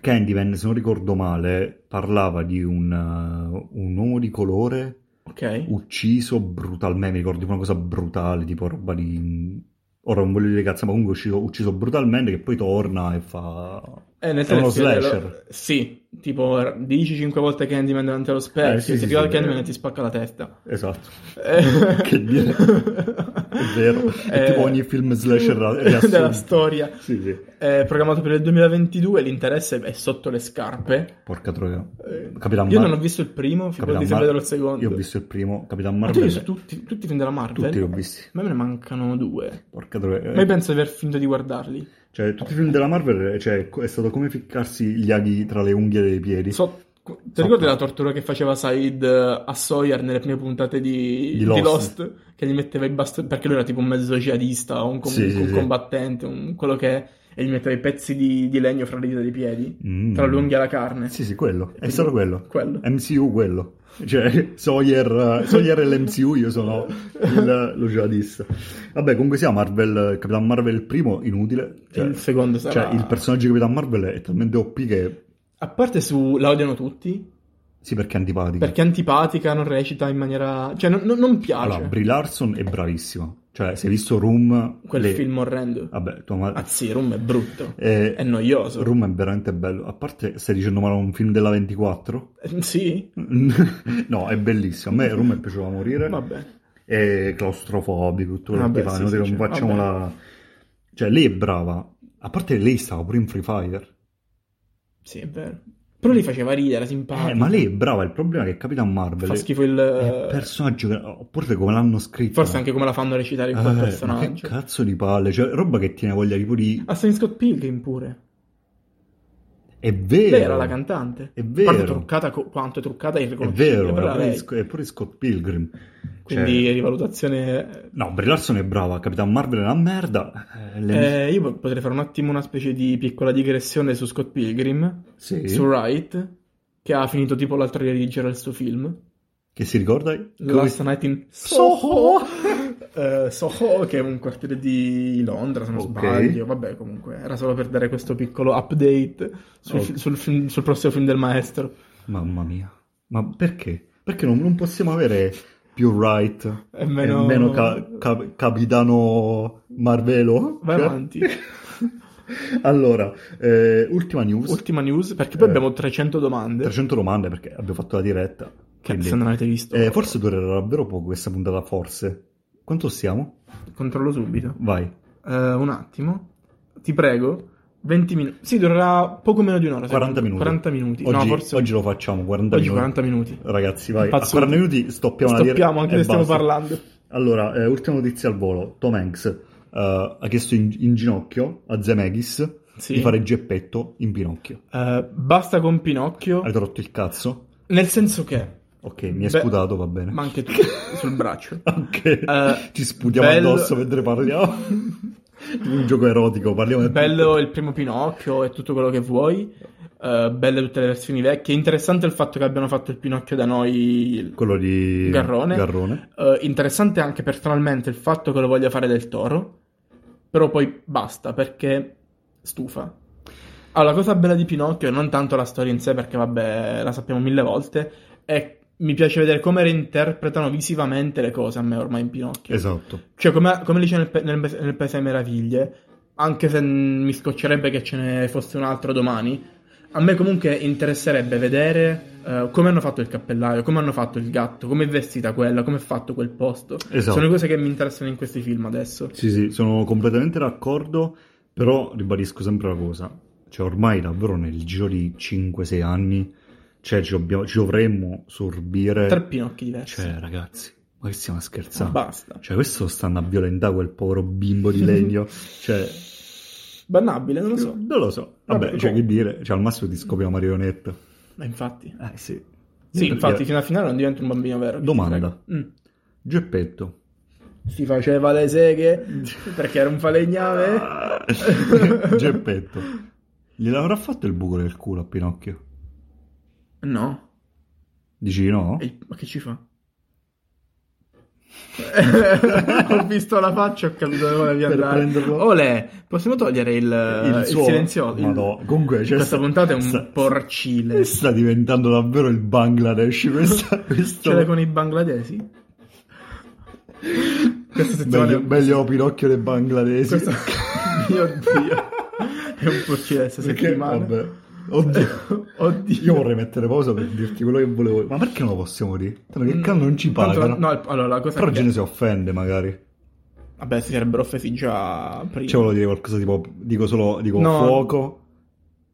[SPEAKER 1] Candyman, se non ricordo male, parlava di un, eh, un uomo di colore
[SPEAKER 2] Ok.
[SPEAKER 1] ucciso brutalmente, mi ricordo tipo una cosa brutale, tipo roba di... Ora non voglio dire cazzo, ma comunque ucciso, ucciso brutalmente che poi torna e fa...
[SPEAKER 2] Eh, nel
[SPEAKER 1] È uno
[SPEAKER 2] senso che-
[SPEAKER 1] slasher.
[SPEAKER 2] Sì, tipo r- dici 5 volte Candyman durante lo specchio,
[SPEAKER 1] Eh, sì,
[SPEAKER 2] se
[SPEAKER 1] sì,
[SPEAKER 2] ti va
[SPEAKER 1] sì,
[SPEAKER 2] il Candyman
[SPEAKER 1] eh.
[SPEAKER 2] e ti spacca la testa.
[SPEAKER 1] Esatto,
[SPEAKER 2] Eh.
[SPEAKER 1] Che dire. è vero, è tipo
[SPEAKER 2] Eh,
[SPEAKER 1] ogni film slasher ra-
[SPEAKER 2] della
[SPEAKER 1] riassunto.
[SPEAKER 2] storia.
[SPEAKER 1] Sì, sì,
[SPEAKER 2] È programmato per il 2022, l'interesse è sotto le scarpe.
[SPEAKER 1] porca troia.
[SPEAKER 2] Eh,
[SPEAKER 1] Capitan
[SPEAKER 2] Io
[SPEAKER 1] Mar-
[SPEAKER 2] non ho visto il primo, figurati se
[SPEAKER 1] Mar-
[SPEAKER 2] vedo il secondo.
[SPEAKER 1] Io ho visto il primo, Capitan
[SPEAKER 2] Ma tu
[SPEAKER 1] Marvel.
[SPEAKER 2] hai visto tutti, tutti i film della Marvel?
[SPEAKER 1] Tutti li ho Eh. visti.
[SPEAKER 2] Ma me ne mancano due.
[SPEAKER 1] Porca troia.
[SPEAKER 2] Ma io penso di aver finito di guardarli.
[SPEAKER 1] Cioè, tutti i film della Marvel cioè, è stato come ficcarsi gli aghi tra le unghie dei piedi.
[SPEAKER 2] So- ti ricordi la tortura che faceva Said eh, a Sawyer nelle prime puntate di,
[SPEAKER 1] Di Lost.
[SPEAKER 2] di Lost? Che gli metteva i bastoni, perché lui era tipo un mezzo jihadista, un, com-
[SPEAKER 1] Sì,
[SPEAKER 2] un
[SPEAKER 1] sì, sì.
[SPEAKER 2] combattente, un- quello che è, e gli metteva i pezzi di, di legno fra le dita dei piedi,
[SPEAKER 1] Mm.
[SPEAKER 2] tra l'unghia e la carne.
[SPEAKER 1] Sì, sì, quello. È stato quello. Eh.
[SPEAKER 2] Quello.
[SPEAKER 1] MCU quello. Cioè, Sawyer, Sawyer è l'MCU, io sono il, lo jihadista. Vabbè, comunque sia Marvel, Capitan Marvel il primo, inutile. Cioè,
[SPEAKER 2] il secondo sarà...
[SPEAKER 1] cioè, il personaggio di Capitan Marvel è talmente OP che...
[SPEAKER 2] A parte su... la odiano tutti,
[SPEAKER 1] Sì, perché è antipatico.
[SPEAKER 2] perché è antipatica, non recita in maniera... cioè non, non- non piace.
[SPEAKER 1] Allora, Brie Larson è bravissima. Cioè, se hai visto Room...
[SPEAKER 2] Quel
[SPEAKER 1] le-
[SPEAKER 2] film orrendo.
[SPEAKER 1] Vabbè, tua madre...
[SPEAKER 2] Azzi, Room Ah, è brutto.
[SPEAKER 1] Eh,
[SPEAKER 2] È noioso.
[SPEAKER 1] Room è veramente bello. A parte, stai dicendo male a un film della 24?
[SPEAKER 2] Eh, Sì?
[SPEAKER 1] no, è bellissimo. A me Room è piaciuto a morire.
[SPEAKER 2] Vabbè.
[SPEAKER 1] È claustrofobico, tutto quello
[SPEAKER 2] Vabbè,
[SPEAKER 1] che fa,
[SPEAKER 2] sì,
[SPEAKER 1] inutile,
[SPEAKER 2] sì,
[SPEAKER 1] non
[SPEAKER 2] sì,
[SPEAKER 1] facciamo
[SPEAKER 2] vabbè.
[SPEAKER 1] la... Cioè, lei è brava. A parte che lei stava pure in Free Fire.
[SPEAKER 2] Sì, è vero. Però li faceva ridere,
[SPEAKER 1] Eh,
[SPEAKER 2] simpatico.
[SPEAKER 1] ma lei è brava, il problema è che capita a Marvel.
[SPEAKER 2] Ah, Fa schifo
[SPEAKER 1] È
[SPEAKER 2] il...
[SPEAKER 1] un personaggio che... Oppure come l'hanno scritto.
[SPEAKER 2] Forse anche come la fanno recitare in
[SPEAKER 1] Eh,
[SPEAKER 2] quel
[SPEAKER 1] ma
[SPEAKER 2] personaggio.
[SPEAKER 1] che cazzo di palle, cioè roba che tiene voglia tipo di...
[SPEAKER 2] Assassin's Scott Pilgrim pure.
[SPEAKER 1] È vero!
[SPEAKER 2] Lei era la cantante.
[SPEAKER 1] È
[SPEAKER 2] A parte
[SPEAKER 1] vero.
[SPEAKER 2] truccata, co- quanto è truccata è
[SPEAKER 1] È
[SPEAKER 2] irriconoscibile,
[SPEAKER 1] vero,
[SPEAKER 2] però
[SPEAKER 1] era
[SPEAKER 2] cioè, lei.
[SPEAKER 1] pure, Sc- è pure Scott Pilgrim.
[SPEAKER 2] Quindi
[SPEAKER 1] Cioè,
[SPEAKER 2] rivalutazione...
[SPEAKER 1] No, Brie Larson è brava, Capitan Marvel è una merda. eh, le-
[SPEAKER 2] Eh, io po- potrei fare un attimo una specie di piccola digressione su Scott Pilgrim,
[SPEAKER 1] sì,
[SPEAKER 2] su Wright, che ha finito tipo l'altro ieri di girare il suo film.
[SPEAKER 1] Che si ricorda?
[SPEAKER 2] Last Night in Soho, Eh, Soho che è un quartiere di Londra, se non
[SPEAKER 1] Ok.
[SPEAKER 2] sbaglio. Vabbè, comunque, era solo per dare questo piccolo update sul,
[SPEAKER 1] Ok.
[SPEAKER 2] fi- sul film- sul prossimo film del maestro.
[SPEAKER 1] Mamma mia. Ma perché? Perché non, non possiamo avere più Wright
[SPEAKER 2] È
[SPEAKER 1] e
[SPEAKER 2] meno...
[SPEAKER 1] meno, ca- ca- Capitano Marvelo?
[SPEAKER 2] Vai
[SPEAKER 1] Cioè-
[SPEAKER 2] avanti.
[SPEAKER 1] allora, eh, ultima news.
[SPEAKER 2] Ultima news, perché poi
[SPEAKER 1] Eh.
[SPEAKER 2] abbiamo 300 domande,
[SPEAKER 1] 300 domande perché abbiamo fatto la diretta.
[SPEAKER 2] che
[SPEAKER 1] quindi-
[SPEAKER 2] se non avete visto.
[SPEAKER 1] Eh, forse durerà davvero poco questa puntata, forse. Quanto siamo?
[SPEAKER 2] Controllo subito.
[SPEAKER 1] Vai.
[SPEAKER 2] Eh, un attimo, ti prego. 20 minuti. Sì, durerà poco meno di un'ora.
[SPEAKER 1] 40
[SPEAKER 2] secondo me.
[SPEAKER 1] minuti.
[SPEAKER 2] 40 minuti.
[SPEAKER 1] Oggi,
[SPEAKER 2] no, forse
[SPEAKER 1] oggi lo facciamo, 40
[SPEAKER 2] oggi
[SPEAKER 1] minuti.
[SPEAKER 2] 40 minuti.
[SPEAKER 1] Ragazzi, vai.
[SPEAKER 2] Impazzuti.
[SPEAKER 1] A 40 minuti stoppiamo la diretta.
[SPEAKER 2] Stoppiamo, anche
[SPEAKER 1] e
[SPEAKER 2] se stiamo
[SPEAKER 1] basta.
[SPEAKER 2] parlando.
[SPEAKER 1] Allora, eh, ultima notizia al volo. Tom Hanks eh, ha chiesto in, in ginocchio a Zemeckis
[SPEAKER 2] Sì.
[SPEAKER 1] di fare Geppetto in Pinocchio.
[SPEAKER 2] Eh, basta con Pinocchio.
[SPEAKER 1] Hai rotto il cazzo?
[SPEAKER 2] Nel senso che.
[SPEAKER 1] Ok, mi hai
[SPEAKER 2] Beh,
[SPEAKER 1] sputato, va bene.
[SPEAKER 2] Ma anche tu sul braccio.
[SPEAKER 1] Ok,
[SPEAKER 2] Eh,
[SPEAKER 1] ci sputiamo
[SPEAKER 2] bello-
[SPEAKER 1] addosso mentre parliamo. Tipo un gioco erotico, parliamo di
[SPEAKER 2] Bello il primo Pinocchio e tutto quello che vuoi. Eh, belle tutte le versioni vecchie. Interessante il fatto che abbiano fatto il Pinocchio da noi.
[SPEAKER 1] quello di
[SPEAKER 2] Garrone. Eh, interessante anche personalmente il fatto che lo voglia fare del toro, però poi basta perché stufa. Allora, la cosa bella di Pinocchio, non tanto la storia in sé, perché vabbè, la sappiamo mille volte, è mi piace vedere come reinterpretano visivamente le cose a me ormai in Pinocchio.
[SPEAKER 1] Esatto.
[SPEAKER 2] Cioè, come, come dice nel, pe- nel, nel Paese delle Meraviglie, anche se mm, mi scoccerebbe che ce ne fosse un altro domani, a me comunque interesserebbe vedere eh, come hanno fatto il cappellaio, come hanno fatto il gatto, come è vestita quella, come è fatto quel posto.
[SPEAKER 1] Esatto.
[SPEAKER 2] Sono le cose che mi interessano in questi film adesso.
[SPEAKER 1] Sì, sì, sono completamente d'accordo, però ribadisco sempre una cosa, cioè ormai davvero nel giro di 5-6 anni, cioè ci, dobbiamo- ci dovremmo sorbire...
[SPEAKER 2] Tre pinocchi diversi.
[SPEAKER 1] Cioè ragazzi, ma che stiamo scherzando?
[SPEAKER 2] Basta.
[SPEAKER 1] Cioè questo stanno a violentare quel povero bimbo di legno, cioè...
[SPEAKER 2] Bannabile, non lo so.
[SPEAKER 1] Non lo so, vabbè,
[SPEAKER 2] Vabbè, boh.
[SPEAKER 1] cioè che
[SPEAKER 2] comunque.
[SPEAKER 1] dire, cioè al massimo ti scopri una marionetta.
[SPEAKER 2] Ma infatti.
[SPEAKER 1] Eh sì.
[SPEAKER 2] Sì,
[SPEAKER 1] Io-
[SPEAKER 2] infatti, fino alla finale non diventa un bambino vero.
[SPEAKER 1] Domanda.
[SPEAKER 2] Mm.
[SPEAKER 1] Geppetto.
[SPEAKER 2] Si faceva le seghe perché era un falegname.
[SPEAKER 1] Ah.
[SPEAKER 2] eh.
[SPEAKER 1] Geppetto. Gliel'avrà fatto il buco del culo a Pinocchio?
[SPEAKER 2] No.
[SPEAKER 1] Dici di no?
[SPEAKER 2] E- ma che ci fa? ho visto la faccia, ho capito dove volevi
[SPEAKER 1] Per
[SPEAKER 2] andare.
[SPEAKER 1] prenderlo.
[SPEAKER 2] Ole, possiamo togliere il, il,
[SPEAKER 1] suo-
[SPEAKER 2] silenzio? Il-
[SPEAKER 1] Madò, comunque cioè,
[SPEAKER 2] questa
[SPEAKER 1] sta-
[SPEAKER 2] puntata è un
[SPEAKER 1] sta-
[SPEAKER 2] porcile. Ce
[SPEAKER 1] Sta diventando davvero il Bangladesh questa, questo...
[SPEAKER 2] l'hai Cioè, con i bangladesi? Questa settimana...
[SPEAKER 1] meglio, meglio Pinocchio del Bangladesh.
[SPEAKER 2] questa- Mio Dio. È un porcile questa
[SPEAKER 1] Perché,
[SPEAKER 2] settimana.
[SPEAKER 1] vabbè, oddio.
[SPEAKER 2] Oddio.
[SPEAKER 1] Io vorrei mettere pausa per dirti quello che volevo. Ma perché non lo possiamo dire? Tanto che cazzo non ci
[SPEAKER 2] Mm, Tanto la-
[SPEAKER 1] pagano.
[SPEAKER 2] no, il- allora, la cosa
[SPEAKER 1] Però
[SPEAKER 2] che-
[SPEAKER 1] Gene si offende magari.
[SPEAKER 2] Vabbè, si sarebbero offesi già prima.
[SPEAKER 1] Cioè volevo dire qualcosa tipo, dico solo, dico
[SPEAKER 2] No.
[SPEAKER 1] fuoco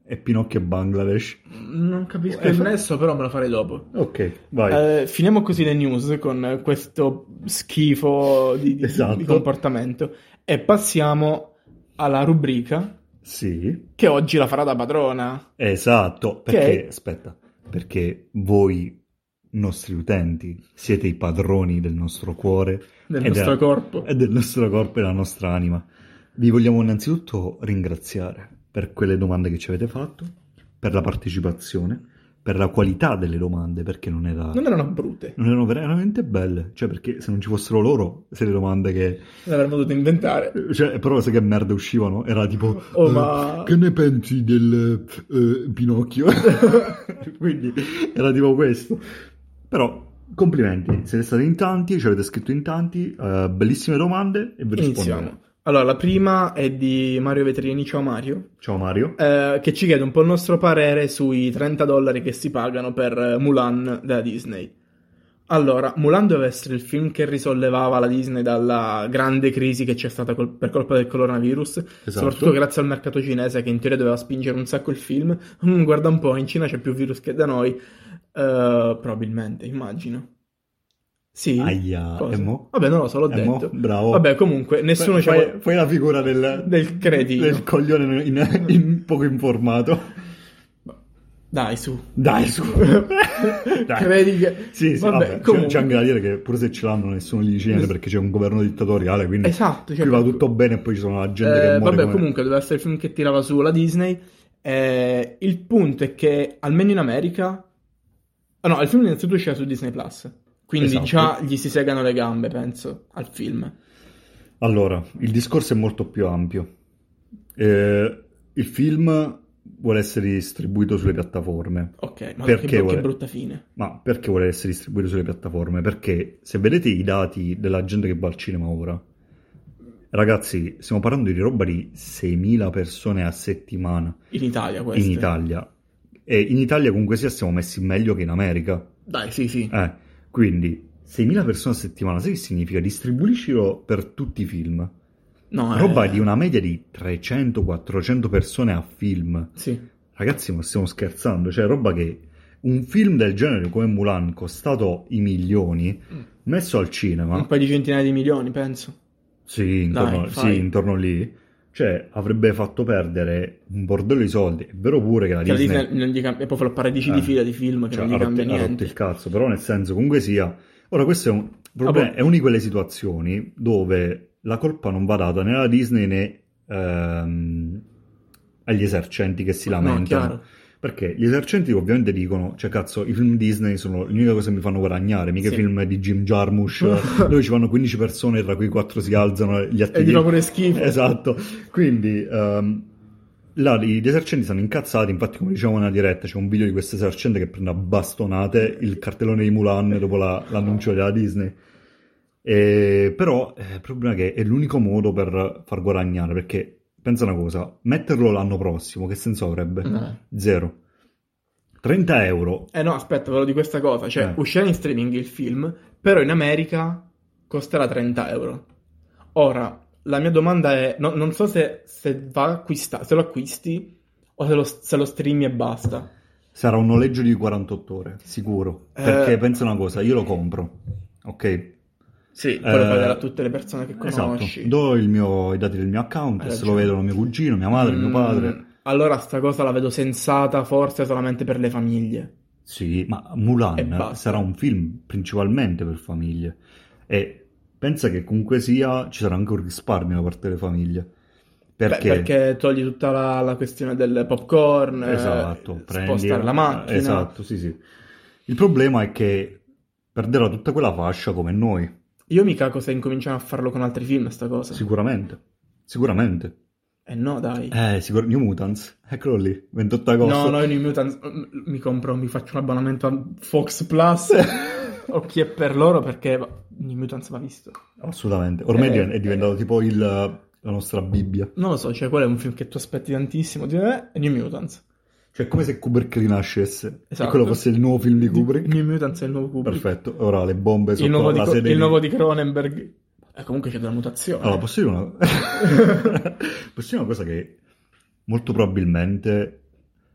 [SPEAKER 1] e Pinocchio e Bangladesh.
[SPEAKER 2] Non capisco
[SPEAKER 1] Eh,
[SPEAKER 2] il nesso, però me lo farei dopo.
[SPEAKER 1] Ok, vai.
[SPEAKER 2] Eh, finiamo così le news con questo schifo di, di-
[SPEAKER 1] Esatto.
[SPEAKER 2] di comportamento e passiamo alla rubrica
[SPEAKER 1] Sì,
[SPEAKER 2] che oggi la farà da padrona.
[SPEAKER 1] esatto. Perché, aspetta, perché voi, nostri utenti, siete i padroni del nostro cuore
[SPEAKER 2] Del
[SPEAKER 1] Ed è-
[SPEAKER 2] nostro corpo.
[SPEAKER 1] e del nostro corpo e della nostra anima. Vi vogliamo innanzitutto ringraziare per quelle domande che ci avete fatto, per la partecipazione, per la qualità delle domande, perché non era...
[SPEAKER 2] Non erano brutte,
[SPEAKER 1] non erano veramente belle, cioè perché se non ci fossero loro, se le domande che
[SPEAKER 2] le avremmo dovute inventare.
[SPEAKER 1] Cioè, però sai che merda uscivano? Era tipo,
[SPEAKER 2] Oh,
[SPEAKER 1] eh,
[SPEAKER 2] ma-
[SPEAKER 1] che ne pensi del eh, Pinocchio? Quindi era tipo questo. Però Complimenti, siete stati in tanti, ci avete scritto in tanti, eh, bellissime domande e vi rispondiamo.
[SPEAKER 2] Iniziamo. Allora, la prima è di Mario Vetrini, ciao Mario,
[SPEAKER 1] Ciao Mario.
[SPEAKER 2] eh, che ci chiede un po' il nostro parere sui 30 dollari che si pagano per eh, Mulan della Disney. Allora, Mulan doveva essere il film che risollevava la Disney dalla grande crisi che c'è stata col- per colpa del coronavirus,
[SPEAKER 1] Esatto.
[SPEAKER 2] soprattutto grazie al mercato cinese che in teoria doveva spingere un sacco il film. Mm, guarda un po', in Cina c'è più virus che da noi, Eh, probabilmente, immagino. Sì.
[SPEAKER 1] Aia,
[SPEAKER 2] Cosa?
[SPEAKER 1] e mo?
[SPEAKER 2] Vabbè, non lo so, l'ho
[SPEAKER 1] E mo?
[SPEAKER 2] detto.
[SPEAKER 1] Bravo.
[SPEAKER 2] Vabbè, comunque, nessuno ci ha-
[SPEAKER 1] Fai- fai la figura del,
[SPEAKER 2] del cretino.
[SPEAKER 1] del coglione in- in- poco informato.
[SPEAKER 2] Dai, su.
[SPEAKER 1] Dai, su. Dai.
[SPEAKER 2] Credi che...
[SPEAKER 1] Sì, sì,
[SPEAKER 2] Vabbè,
[SPEAKER 1] vabbè, c'è-
[SPEAKER 2] comunque-
[SPEAKER 1] c'è anche da dire che pure se ce l'hanno nessuno gli dice niente perché c'è un governo dittatoriale, quindi
[SPEAKER 2] Esatto, cioè-
[SPEAKER 1] qui va tutto bene e poi ci sono la gente
[SPEAKER 2] Eh,
[SPEAKER 1] che muore.
[SPEAKER 2] vabbè,
[SPEAKER 1] come-
[SPEAKER 2] comunque doveva essere il film che tirava su la Disney. Eh, il punto è che, almeno in America... Ah, no, il film innanzitutto usciva su Disney+. Plus Quindi
[SPEAKER 1] Esatto.
[SPEAKER 2] già gli si segano le gambe, penso, al film.
[SPEAKER 1] Allora, il discorso è molto più ampio. Eh, il film vuole essere distribuito sulle piattaforme.
[SPEAKER 2] Ok, ma
[SPEAKER 1] Perché
[SPEAKER 2] che, bru- che
[SPEAKER 1] vuole-
[SPEAKER 2] brutta fine.
[SPEAKER 1] Ma perché vuole essere distribuito sulle piattaforme? Perché se vedete i dati della gente che va al cinema ora, ragazzi, stiamo parlando di roba di 6.000 persone a settimana
[SPEAKER 2] In Italia questo.
[SPEAKER 1] in Italia. E in Italia comunque sia stiamo messi meglio che in America.
[SPEAKER 2] Dai, sì, sì.
[SPEAKER 1] Eh, quindi 6.000 persone a settimana, sai che significa? Distribuiscilo per tutti i film.
[SPEAKER 2] No, eh,
[SPEAKER 1] Roba di una media di 300-400 persone a film.
[SPEAKER 2] Sì.
[SPEAKER 1] Ragazzi, ma stiamo scherzando? Cioè, roba che un film del genere come Mulan, costato i milioni,
[SPEAKER 2] Mm.
[SPEAKER 1] messo al
[SPEAKER 2] Un
[SPEAKER 1] cinema,
[SPEAKER 2] paio di centinaia di milioni, penso.
[SPEAKER 1] sì, intorno,
[SPEAKER 2] Mm. Dai, fai.
[SPEAKER 1] sì, intorno lì, cioè, avrebbe fatto perdere un bordello di soldi. È vero pure che la
[SPEAKER 2] Che la
[SPEAKER 1] Disney,
[SPEAKER 2] Cioè, Disney non gli cambia... E poi floppare 10 di
[SPEAKER 1] Eh.
[SPEAKER 2] fila di film che
[SPEAKER 1] cioè,
[SPEAKER 2] non gli
[SPEAKER 1] ha, rotto,
[SPEAKER 2] cambia
[SPEAKER 1] ha rotto
[SPEAKER 2] niente.
[SPEAKER 1] il cazzo, però nel senso, comunque sia... Ora, questo è, un problema,
[SPEAKER 2] Ah, boh.
[SPEAKER 1] è una di quelle situazioni dove la colpa non va data né alla Disney né ehm, agli esercenti che si
[SPEAKER 2] No,
[SPEAKER 1] lamentano.
[SPEAKER 2] chiaro.
[SPEAKER 1] Perché gli esercenti ovviamente dicono, cioè cazzo, i film Disney sono l'unica cosa che mi fanno guadagnare, mica
[SPEAKER 2] Sì.
[SPEAKER 1] i film di Jim Jarmusch, eh, dove ci vanno 15 persone, tra cui 4 si alzano e gli altri...
[SPEAKER 2] E gli fa pure schifo.
[SPEAKER 1] Esatto, quindi ehm, là, i- gli esercenti sono incazzati, infatti come dicevamo nella diretta c'è un video di questo esercente che prende a bastonate il cartellone di Mulan dopo la- l'annuncio della Disney. E- però eh, il problema è che è l'unico modo per far guadagnare, perché pensa una cosa, metterlo l'anno prossimo, che senso avrebbe?
[SPEAKER 2] No.
[SPEAKER 1] Zero. 30 euro.
[SPEAKER 2] Eh no, aspetta, però di questa cosa, cioè
[SPEAKER 1] Eh.
[SPEAKER 2] uscirà in streaming il film, però in America costerà 30 euro. Ora, la mia domanda è, no- non so se, se va acquista- se lo acquisti o se lo, se lo streami e basta.
[SPEAKER 1] Sarà un noleggio di 48 ore, sicuro. Perché
[SPEAKER 2] Eh.
[SPEAKER 1] pensa una cosa, io lo compro, ok?
[SPEAKER 2] Sì, poi lo
[SPEAKER 1] Eh,
[SPEAKER 2] pagherà tutte le persone che
[SPEAKER 1] Esatto,
[SPEAKER 2] conosci.
[SPEAKER 1] do il mio- i dati del mio account,
[SPEAKER 2] Hai
[SPEAKER 1] se
[SPEAKER 2] ragione.
[SPEAKER 1] lo vedono mio cugino, mia madre, mio
[SPEAKER 2] Mm,
[SPEAKER 1] padre.
[SPEAKER 2] allora sta cosa la vedo sensata forse solamente per le famiglie.
[SPEAKER 1] Sì, ma
[SPEAKER 2] E
[SPEAKER 1] Mulan
[SPEAKER 2] basta.
[SPEAKER 1] sarà un film principalmente per famiglie. E pensa che comunque sia, ci sarà anche un risparmio da parte delle famiglie.
[SPEAKER 2] Beh,
[SPEAKER 1] Perché?
[SPEAKER 2] perché togli tutta la, la questione del popcorn, eh,
[SPEAKER 1] Esatto, prendi...
[SPEAKER 2] spostare la macchina.
[SPEAKER 1] Esatto, sì, sì. Il problema è che perderà tutta quella fascia come noi.
[SPEAKER 2] Io mica cosa incominciano a farlo con altri film, sta cosa.
[SPEAKER 1] Sicuramente, sicuramente.
[SPEAKER 2] Eh no, dai.
[SPEAKER 1] Eh, sicur- New Mutants, eccolo lì, 28
[SPEAKER 2] No,
[SPEAKER 1] agosto.
[SPEAKER 2] no, io New Mutants mm, mi compro, mi faccio un abbonamento a Fox Plus o chi è per loro perché va- New Mutants va visto.
[SPEAKER 1] Assolutamente, ormai
[SPEAKER 2] Eh,
[SPEAKER 1] è diventato tipo il- la nostra Bibbia.
[SPEAKER 2] Non lo so, cioè quello è un film che tu aspetti tantissimo, di eh, New Mutants.
[SPEAKER 1] Cioè, come se Kubrick rinascesse
[SPEAKER 2] Esatto.
[SPEAKER 1] e quello fosse il nuovo film di Kubrick.
[SPEAKER 2] New Mutants è il nuovo Kubrick.
[SPEAKER 1] Perfetto, ora le bombe
[SPEAKER 2] Il
[SPEAKER 1] sotto
[SPEAKER 2] nuovo, di, Oh.
[SPEAKER 1] la
[SPEAKER 2] Co-
[SPEAKER 1] sede
[SPEAKER 2] il
[SPEAKER 1] di-
[SPEAKER 2] nuovo di Cronenberg. Eh, comunque c'è della mutazione.
[SPEAKER 1] Allora, posso dire una... posso dire una cosa che molto probabilmente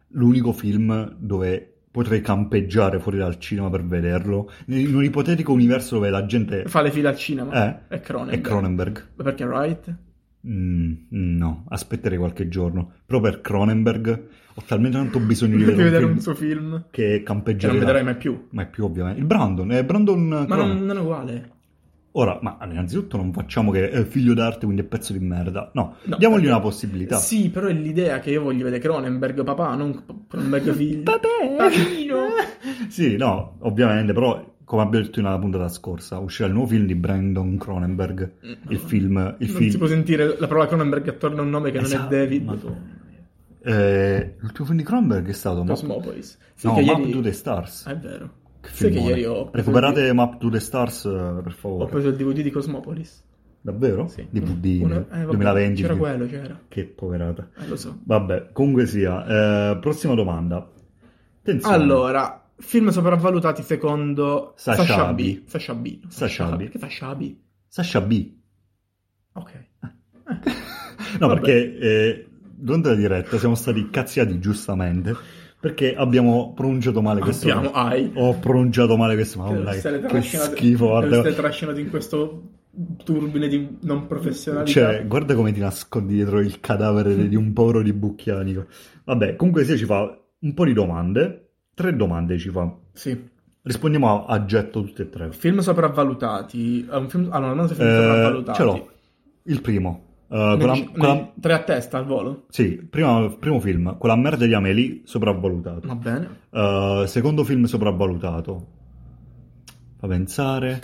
[SPEAKER 1] l'unico film dove potrei campeggiare fuori dal cinema per vederlo, in un ipotetico universo dove la gente...
[SPEAKER 2] Fa le file al cinema.
[SPEAKER 1] Eh,
[SPEAKER 2] è Cronenberg.
[SPEAKER 1] È Cronenberg.
[SPEAKER 2] Ma Perché Wright?
[SPEAKER 1] Mm, no, aspetterei qualche giorno. Però per Cronenberg ho talmente tanto bisogno di
[SPEAKER 2] Devi
[SPEAKER 1] vedere un
[SPEAKER 2] vedere
[SPEAKER 1] film
[SPEAKER 2] un suo film.
[SPEAKER 1] che
[SPEAKER 2] Che non
[SPEAKER 1] campeggerà.
[SPEAKER 2] vedrai mai più.
[SPEAKER 1] Ma è più ovviamente. Il Brandon, è Brandon
[SPEAKER 2] Ma
[SPEAKER 1] Cronenberg.
[SPEAKER 2] non, non è uguale.
[SPEAKER 1] Ora, ma innanzitutto non facciamo che è figlio d'arte, quindi è pezzo di merda. No,
[SPEAKER 2] No,
[SPEAKER 1] diamogli
[SPEAKER 2] perché-
[SPEAKER 1] una possibilità.
[SPEAKER 2] Sì, però è l'idea che io voglio vedere Cronenberg papà, non P- Cronenberg figlio. Papino.
[SPEAKER 1] eh. Sì, no, ovviamente, però come abbiamo detto nella puntata scorsa, uscirà il nuovo film di Brandon Cronenberg, il film... Il
[SPEAKER 2] Mm. non
[SPEAKER 1] film...
[SPEAKER 2] si può sentire la parola Cronenberg attorno a un nome che non è
[SPEAKER 1] Esatto,
[SPEAKER 2] David.
[SPEAKER 1] Madonna. Eh, l'ultimo film di Cronenberg è stato... Map-
[SPEAKER 2] Cosmopolis. Sì,
[SPEAKER 1] no,
[SPEAKER 2] che
[SPEAKER 1] Map
[SPEAKER 2] ieri-
[SPEAKER 1] to the Stars.
[SPEAKER 2] Ah, È vero.
[SPEAKER 1] Che
[SPEAKER 2] Sai che
[SPEAKER 1] filmone.
[SPEAKER 2] ieri ho preso
[SPEAKER 1] Recuperate
[SPEAKER 2] il D-
[SPEAKER 1] Map to the Stars, eh, per
[SPEAKER 2] Ho
[SPEAKER 1] favore.
[SPEAKER 2] preso il DVD di Cosmopolis.
[SPEAKER 1] Davvero?
[SPEAKER 2] Sì.
[SPEAKER 1] DVD
[SPEAKER 2] Una- eh, vabbè,
[SPEAKER 1] 2020.
[SPEAKER 2] C'era quello, c'era.
[SPEAKER 1] Che poverata.
[SPEAKER 2] Eh, lo so.
[SPEAKER 1] Vabbè, comunque sia. eh, prossima domanda. Attenzione.
[SPEAKER 2] Allora, film sopravvalutati secondo
[SPEAKER 1] Sasha
[SPEAKER 2] Sasha
[SPEAKER 1] Abi.
[SPEAKER 2] B. Sasha B. no,
[SPEAKER 1] Sasha Abi.
[SPEAKER 2] Perché Sasha B?
[SPEAKER 1] Sasha B.
[SPEAKER 2] Ok.
[SPEAKER 1] No,
[SPEAKER 2] Eh. Vabbè.
[SPEAKER 1] perché eh, durante la diretta siamo stati cazziati giustamente perché abbiamo pronunciato male questo
[SPEAKER 2] Abbiamo AI.
[SPEAKER 1] Ho pronunciato male questo,
[SPEAKER 2] Che
[SPEAKER 1] mamma mia,
[SPEAKER 2] stai
[SPEAKER 1] che
[SPEAKER 2] trascinando-
[SPEAKER 1] schifo,
[SPEAKER 2] che
[SPEAKER 1] guarda.
[SPEAKER 2] stai trascinando in questo turbine di non professionalità.
[SPEAKER 1] Cioè, guarda come ti nascondi dietro il cadavere di un povero di Bucchianico. Vabbè, comunque sia ci fa un po' di domande, tre domande ci fa.
[SPEAKER 2] Sì.
[SPEAKER 1] Rispondiamo a, a getto tutte e tre.
[SPEAKER 2] Film sopravvalutati. È un film... Allora, non so se film
[SPEAKER 1] Eh,
[SPEAKER 2] sopravvalutati.
[SPEAKER 1] ce l'ho. Il primo. eh,
[SPEAKER 2] Ne
[SPEAKER 1] quella-
[SPEAKER 2] dici-
[SPEAKER 1] quella-
[SPEAKER 2] ne- Tre a testa al volo.
[SPEAKER 1] Sì, prima- primo film, quella merda di Amelie sopravvalutato.
[SPEAKER 2] Va bene.
[SPEAKER 1] Uh, secondo film sopravvalutato. Fa pensare.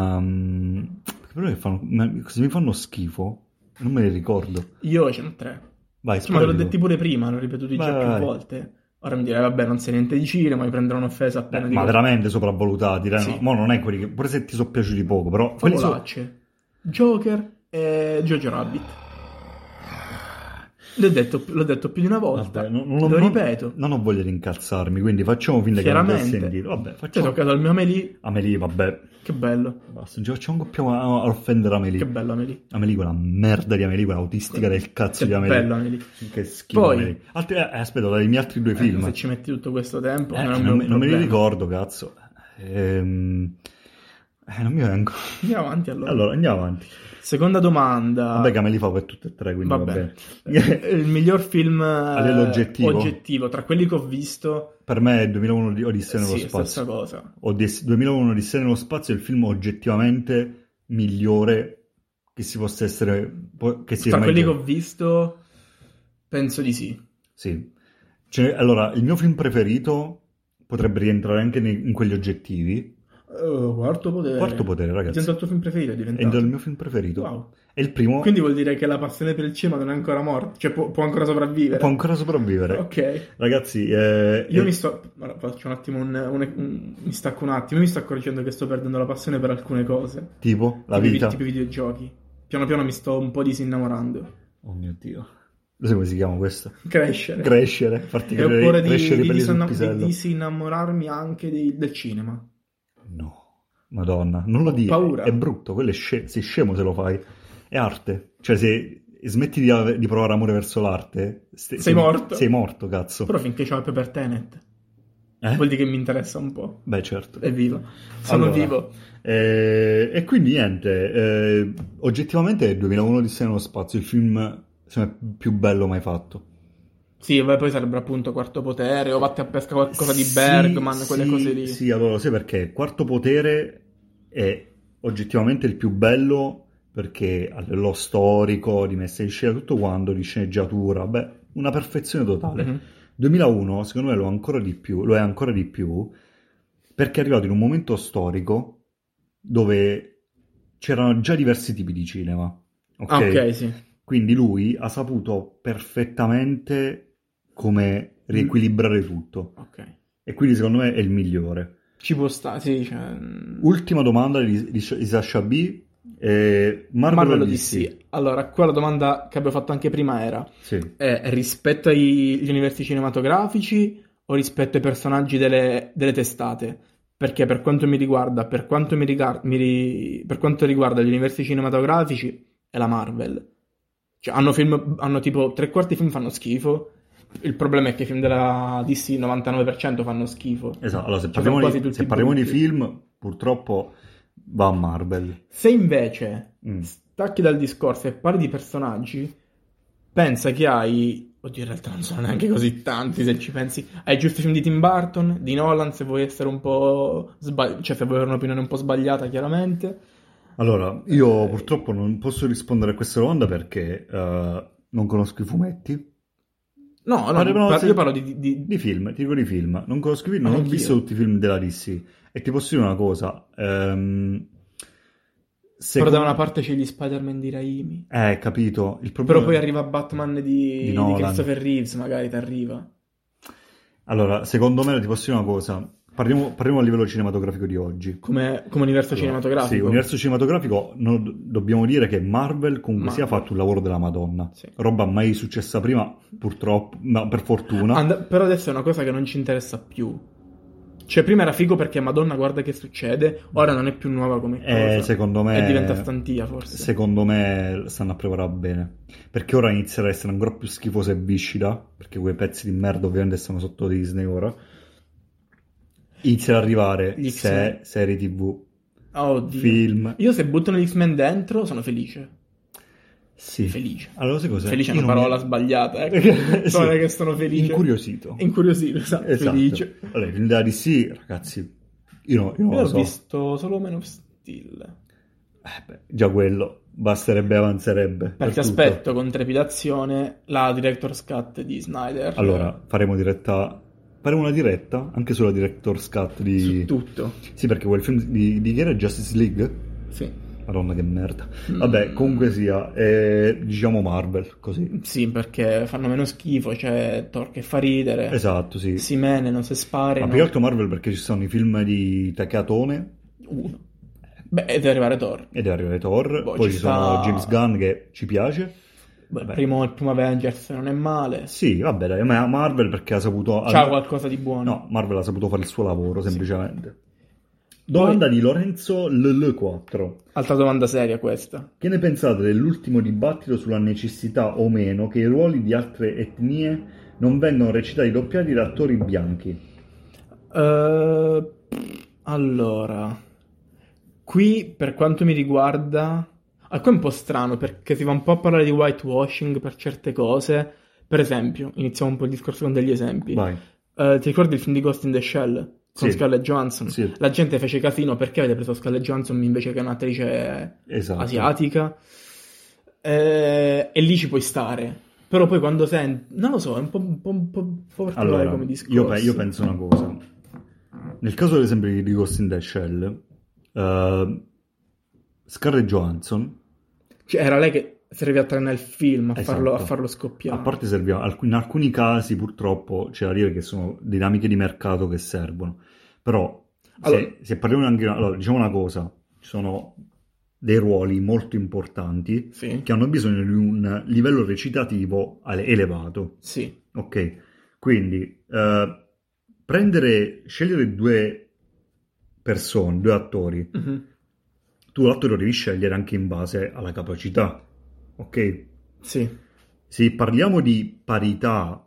[SPEAKER 1] ehm, perché però che fanno- me- se mi fanno schifo, non me li ricordo.
[SPEAKER 2] Io ce ne ho tre.
[SPEAKER 1] Vai,
[SPEAKER 2] Sì, ma te l'ho
[SPEAKER 1] sparati
[SPEAKER 2] detti
[SPEAKER 1] tu.
[SPEAKER 2] pure prima, l'ho ripetuto già
[SPEAKER 1] Vai, vai,
[SPEAKER 2] più
[SPEAKER 1] vai.
[SPEAKER 2] volte. Ora mi direi, vabbè, non sei niente di cinema, mi prenderò un'offesa appena
[SPEAKER 1] Beh,
[SPEAKER 2] dico
[SPEAKER 1] Eh, ma veramente sopravvalutati. dai,
[SPEAKER 2] Sì.
[SPEAKER 1] no? Mo non è quelli che. Pure se ti sono piaciuti poco, però. Quelli so-
[SPEAKER 2] favolacce. Joker e Jojo Rabbit. L'ho detto, l'ho detto più di una volta.
[SPEAKER 1] Vabbè, non, non-
[SPEAKER 2] Lo
[SPEAKER 1] non-
[SPEAKER 2] ripeto.
[SPEAKER 1] Non ho voglia di incazzarmi, quindi facciamo finta che non ti
[SPEAKER 2] Chiaramente. Cioè,
[SPEAKER 1] sentito. Vabbè,
[SPEAKER 2] Ti ho
[SPEAKER 1] facciamo.
[SPEAKER 2] toccato il mio Amelie,
[SPEAKER 1] Amelie, vabbè.
[SPEAKER 2] che bello,
[SPEAKER 1] Basta, non facciamo più a, a offendere Amelie.
[SPEAKER 2] che bello Amelie.
[SPEAKER 1] Amelie, quella merda di Amelie, quella autistica del cazzo
[SPEAKER 2] Che
[SPEAKER 1] di Amelie.
[SPEAKER 2] bello Amelie.
[SPEAKER 1] Che schifo.
[SPEAKER 2] Poi-
[SPEAKER 1] Amelie. Altri- eh, aspetta, dai, i miei altri due film.
[SPEAKER 2] Se ci metti tutto questo tempo,
[SPEAKER 1] Eh,
[SPEAKER 2] non, è
[SPEAKER 1] non,
[SPEAKER 2] un
[SPEAKER 1] me- non me li
[SPEAKER 2] problema.
[SPEAKER 1] ricordo, cazzo. Ehm, eh, non mi vengo.
[SPEAKER 2] Andiamo avanti allora.
[SPEAKER 1] Allora, andiamo avanti.
[SPEAKER 2] Seconda domanda.
[SPEAKER 1] Vabbè, che me li fa per tutte e tre, quindi
[SPEAKER 2] Ah. Va
[SPEAKER 1] va
[SPEAKER 2] bene.
[SPEAKER 1] bene.
[SPEAKER 2] Eh, il miglior film eh,
[SPEAKER 1] livello oggettivo?
[SPEAKER 2] oggettivo, tra quelli che ho visto,
[SPEAKER 1] per me è 2001 di Odissea nello
[SPEAKER 2] sì, stessa
[SPEAKER 1] spazio.
[SPEAKER 2] cosa.
[SPEAKER 1] Odisse- 2001 Odissea nello spazio è il film oggettivamente migliore che si possa essere... po- Che si
[SPEAKER 2] Tra
[SPEAKER 1] è mai
[SPEAKER 2] quelli che
[SPEAKER 1] visto.
[SPEAKER 2] ho visto, penso di sì.
[SPEAKER 1] Sì. Cioè, allora, il mio film preferito potrebbe rientrare anche nei- in quegli oggettivi.
[SPEAKER 2] Eh, quarto potere.
[SPEAKER 1] Quarto potere, ragazzi.
[SPEAKER 2] Diventato il tuo film preferito, è
[SPEAKER 1] È
[SPEAKER 2] diventato.
[SPEAKER 1] il mio film preferito.
[SPEAKER 2] Wow.
[SPEAKER 1] È il primo...
[SPEAKER 2] Quindi vuol dire che la passione per il cinema non è ancora morta, cioè può, può ancora sopravvivere.
[SPEAKER 1] Può ancora sopravvivere.
[SPEAKER 2] Ok.
[SPEAKER 1] Ragazzi, eh,
[SPEAKER 2] Io
[SPEAKER 1] eh,
[SPEAKER 2] mi sto. Allora, faccio un attimo un, un- un- Mi stacco un attimo. Io mi sto accorgendo che sto perdendo la passione per alcune cose.
[SPEAKER 1] tipo la
[SPEAKER 2] tipo, i-
[SPEAKER 1] vita.
[SPEAKER 2] Tipo i videogiochi. Piano piano mi sto un po' disinnamorando.
[SPEAKER 1] Oh mio Dio. Lo sai come si chiama questo?
[SPEAKER 2] Crescere.
[SPEAKER 1] Crescere, farti
[SPEAKER 2] E ho paura
[SPEAKER 1] cre-
[SPEAKER 2] di,
[SPEAKER 1] crescere i
[SPEAKER 2] di
[SPEAKER 1] peli sul
[SPEAKER 2] disanna- di
[SPEAKER 1] pisello.
[SPEAKER 2] disinnamorarmi anche dei- del cinema.
[SPEAKER 1] No, Madonna, non lo dire.
[SPEAKER 2] paura.
[SPEAKER 1] È brutto, quello è sce- sei scemo se lo fai. È arte. Cioè, se smetti di, ave- di provare amore verso l'arte, se-
[SPEAKER 2] Sei morto.
[SPEAKER 1] Sei morto, cazzo.
[SPEAKER 2] Però finché c'ho il Pepper Tenet,
[SPEAKER 1] Eh?
[SPEAKER 2] vuol dire che mi interessa un po'.
[SPEAKER 1] Beh, certo.
[SPEAKER 2] È vivo. Sono
[SPEAKER 1] Allora,
[SPEAKER 2] vivo.
[SPEAKER 1] Eh, e quindi niente, eh, oggettivamente è 2001 di Sé nello spazio, il film secondo me, più bello mai fatto.
[SPEAKER 2] Sì, vabbè, poi sarebbe appunto Quarto Potere o Vatti a pesca qualcosa di
[SPEAKER 1] Sì,
[SPEAKER 2] Bergman, quelle
[SPEAKER 1] sì,
[SPEAKER 2] cose lì.
[SPEAKER 1] Sì, allora lo sai perché? Quarto Potere è oggettivamente il più bello perché ha lo storico, di messa in scena, tutto quanto, di sceneggiatura, beh, una perfezione totale.
[SPEAKER 2] Mhm.
[SPEAKER 1] 2001, secondo me, lo, è ancora di più, lo è ancora di più perché è arrivato in un momento storico dove c'erano già diversi tipi di cinema.
[SPEAKER 2] Ah, ok, sì.
[SPEAKER 1] Quindi lui ha saputo perfettamente come riequilibrare tutto.
[SPEAKER 2] Ok.
[SPEAKER 1] E quindi secondo me è il migliore.
[SPEAKER 2] Ci può stare, sì. Cioè...
[SPEAKER 1] Ultima domanda di, di, di Sasha B. Eh, Marvel,
[SPEAKER 2] Marvel
[SPEAKER 1] o
[SPEAKER 2] Odyssey. Allora, qua la domanda che abbiamo fatto anche prima era
[SPEAKER 1] Sì.
[SPEAKER 2] è Eh, rispetto ai- agli universi cinematografici o rispetto ai personaggi delle, delle testate? Perché per quanto mi riguarda, per quanto, mi rigar- mi ri- per quanto riguarda gli universi cinematografici, è la Marvel. Cioè, hanno film, hanno tipo tre quarti film fanno schifo. Il problema è che i film della DC, il 99% fanno schifo.
[SPEAKER 1] Esatto. Allora, se
[SPEAKER 2] Ci
[SPEAKER 1] parliamo,
[SPEAKER 2] sono quasi
[SPEAKER 1] di,
[SPEAKER 2] tutti
[SPEAKER 1] se parliamo di
[SPEAKER 2] brutti.
[SPEAKER 1] film, purtroppo va a Marvel.
[SPEAKER 2] Se invece
[SPEAKER 1] Mm.
[SPEAKER 2] stacchi dal discorso e parli di personaggi, pensa che hai. Oddio, in realtà non sono neanche così tanti se ci pensi. Hai giusto i film di Tim Burton, di Nolan, se vuoi essere un po'. sbag- cioè, se vuoi avere un'opinione un po' sbagliata, chiaramente.
[SPEAKER 1] Allora, io
[SPEAKER 2] Eh.
[SPEAKER 1] purtroppo non posso rispondere a questa domanda perché eh, non conosco i fumetti.
[SPEAKER 2] Ah, No, no,
[SPEAKER 1] Parliamo
[SPEAKER 2] par-
[SPEAKER 1] se-
[SPEAKER 2] io parlo di. di- di-
[SPEAKER 1] Di film, ti dico di film. Non conosco i film, non ho
[SPEAKER 2] Anch'io.
[SPEAKER 1] visto tutti i film della DC. E ti posso dire una cosa. ehm,
[SPEAKER 2] Però
[SPEAKER 1] secondo-
[SPEAKER 2] da una parte c'è gli Spider-Man di Raimi.
[SPEAKER 1] Eh, capito. Il problema...
[SPEAKER 2] Però poi arriva Batman di, di
[SPEAKER 1] Mm. Nolan.
[SPEAKER 2] Christopher Reeves, magari ti arriva.
[SPEAKER 1] Allora, secondo me ti posso dire una cosa. Parliamo, parliamo a livello cinematografico di oggi.
[SPEAKER 2] come, come universo cinematografico.
[SPEAKER 1] Sì, universo cinematografico no, do- dobbiamo dire che Marvel comunque
[SPEAKER 2] Ma-
[SPEAKER 1] sia ha fatto un lavoro della Madonna.
[SPEAKER 2] Sì.
[SPEAKER 1] Roba mai successa prima, purtroppo, ma per fortuna.
[SPEAKER 2] And- però adesso è una cosa che non ci interessa più. Cioè, prima era figo perché Madonna guarda che succede, ora non è più nuova come
[SPEAKER 1] Eh,
[SPEAKER 2] cosa.
[SPEAKER 1] secondo me-
[SPEAKER 2] E diventa stantia, forse.
[SPEAKER 1] Secondo me stanno a preparare bene. Perché ora inizierà a essere ancora più schifosa e viscida. Perché quei pezzi di merda ovviamente stanno sotto Disney ora. Inizierà ad arrivare
[SPEAKER 2] Gli
[SPEAKER 1] se- serie TV,
[SPEAKER 2] Oh, oddio.
[SPEAKER 1] film.
[SPEAKER 2] Io se buttano gli X-Men dentro sono felice.
[SPEAKER 1] Sì.
[SPEAKER 2] Felice.
[SPEAKER 1] Allora, sai cos'è?
[SPEAKER 2] Felice è
[SPEAKER 1] Io
[SPEAKER 2] una
[SPEAKER 1] non mi-
[SPEAKER 2] parola sbagliata, ecco.
[SPEAKER 1] Sì.
[SPEAKER 2] Sono che sono felice.
[SPEAKER 1] Incuriosito.
[SPEAKER 2] Incuriosito, esatto,
[SPEAKER 1] Esatto.
[SPEAKER 2] felice.
[SPEAKER 1] Allora, i film della DC, ragazzi, io, no- io non
[SPEAKER 2] Io
[SPEAKER 1] lo
[SPEAKER 2] ho
[SPEAKER 1] so.
[SPEAKER 2] visto solo Man of Steel.
[SPEAKER 1] Eh, beh, già quello basterebbe, avanzerebbe. per tutto.
[SPEAKER 2] Perché aspetto con trepidazione la director's cut di Snyder.
[SPEAKER 1] Allora, faremo diretta. Faremo una diretta anche sulla Director's Cut di.
[SPEAKER 2] su tutto.
[SPEAKER 1] Sì, perché quel film di, di chi era Justice League?
[SPEAKER 2] Sì.
[SPEAKER 1] Madonna, che merda.
[SPEAKER 2] Mm.
[SPEAKER 1] Vabbè, comunque sia, è, diciamo Marvel, così.
[SPEAKER 2] Sì, perché fanno meno schifo, cioè Thor che fa ridere,
[SPEAKER 1] Esatto, sì.
[SPEAKER 2] si mene, non si
[SPEAKER 1] Ma
[SPEAKER 2] spare.
[SPEAKER 1] più che altro Marvel perché ci sono i film di Takatone
[SPEAKER 2] Uno. Beh, e deve arrivare Thor.
[SPEAKER 1] ed arriva Thor,
[SPEAKER 2] Boh,
[SPEAKER 1] poi
[SPEAKER 2] ci
[SPEAKER 1] ci sono
[SPEAKER 2] sta-
[SPEAKER 1] James Gunn che ci piace.
[SPEAKER 2] Beh,
[SPEAKER 1] Vabbè.
[SPEAKER 2] primo, il primo Avengers non è male.
[SPEAKER 1] Sì, vabbè, dai, ma Marvel perché ha saputo...
[SPEAKER 2] C'ha qualcosa di buono.
[SPEAKER 1] No, Marvel ha saputo fare il suo lavoro, semplicemente.
[SPEAKER 2] Poi-
[SPEAKER 1] Domanda di Lorenzo LL4.
[SPEAKER 2] Altra domanda seria questa.
[SPEAKER 1] Che ne pensate dell'ultimo dibattito sulla necessità o meno che i ruoli di altre etnie non vengano recitati doppiati da attori bianchi?
[SPEAKER 2] Eh, allora, qui per quanto mi riguarda, ah, qua è un po' strano perché si va un po' a parlare di whitewashing per certe cose. Per esempio, iniziamo un po' il discorso con degli esempi.
[SPEAKER 1] Vai.
[SPEAKER 2] Eh, ti ricordi il film di Ghost in the Shell con
[SPEAKER 1] Sì.
[SPEAKER 2] Scarlett Johansson?
[SPEAKER 1] Sì.
[SPEAKER 2] La gente fece casino perché avete preso Scarlett Johansson invece che un'attrice
[SPEAKER 1] Esatto.
[SPEAKER 2] asiatica. Eh, e lì ci puoi stare. Però poi quando senti... Non lo so, è un po', un po', un po', un po' particolare
[SPEAKER 1] Allora,
[SPEAKER 2] come discorso.
[SPEAKER 1] io, pe- io penso una cosa. Nel caso ad esempio di Ghost in the Shell, eh, Scarlett Johansson,
[SPEAKER 2] Cioè, era lei che serviva a trainare il film, a,
[SPEAKER 1] Esatto. Ah.
[SPEAKER 2] farlo, a farlo scoppiare.
[SPEAKER 1] a parte serviva, alc- in alcuni casi purtroppo c'è da dire che sono dinamiche di mercato che servono, però se,
[SPEAKER 2] Allora-
[SPEAKER 1] se parliamo anche... Allora, diciamo una cosa, ci sono dei ruoli molto importanti
[SPEAKER 2] Sì,
[SPEAKER 1] che hanno bisogno di un livello recitativo ale- elevato.
[SPEAKER 2] sì.
[SPEAKER 1] Ok, quindi eh, prendere, scegliere due persone, due attori,
[SPEAKER 2] Mhm.
[SPEAKER 1] tu l'attore lo devi scegliere anche in base alla capacità. Ok,
[SPEAKER 2] Sì.
[SPEAKER 1] se parliamo di parità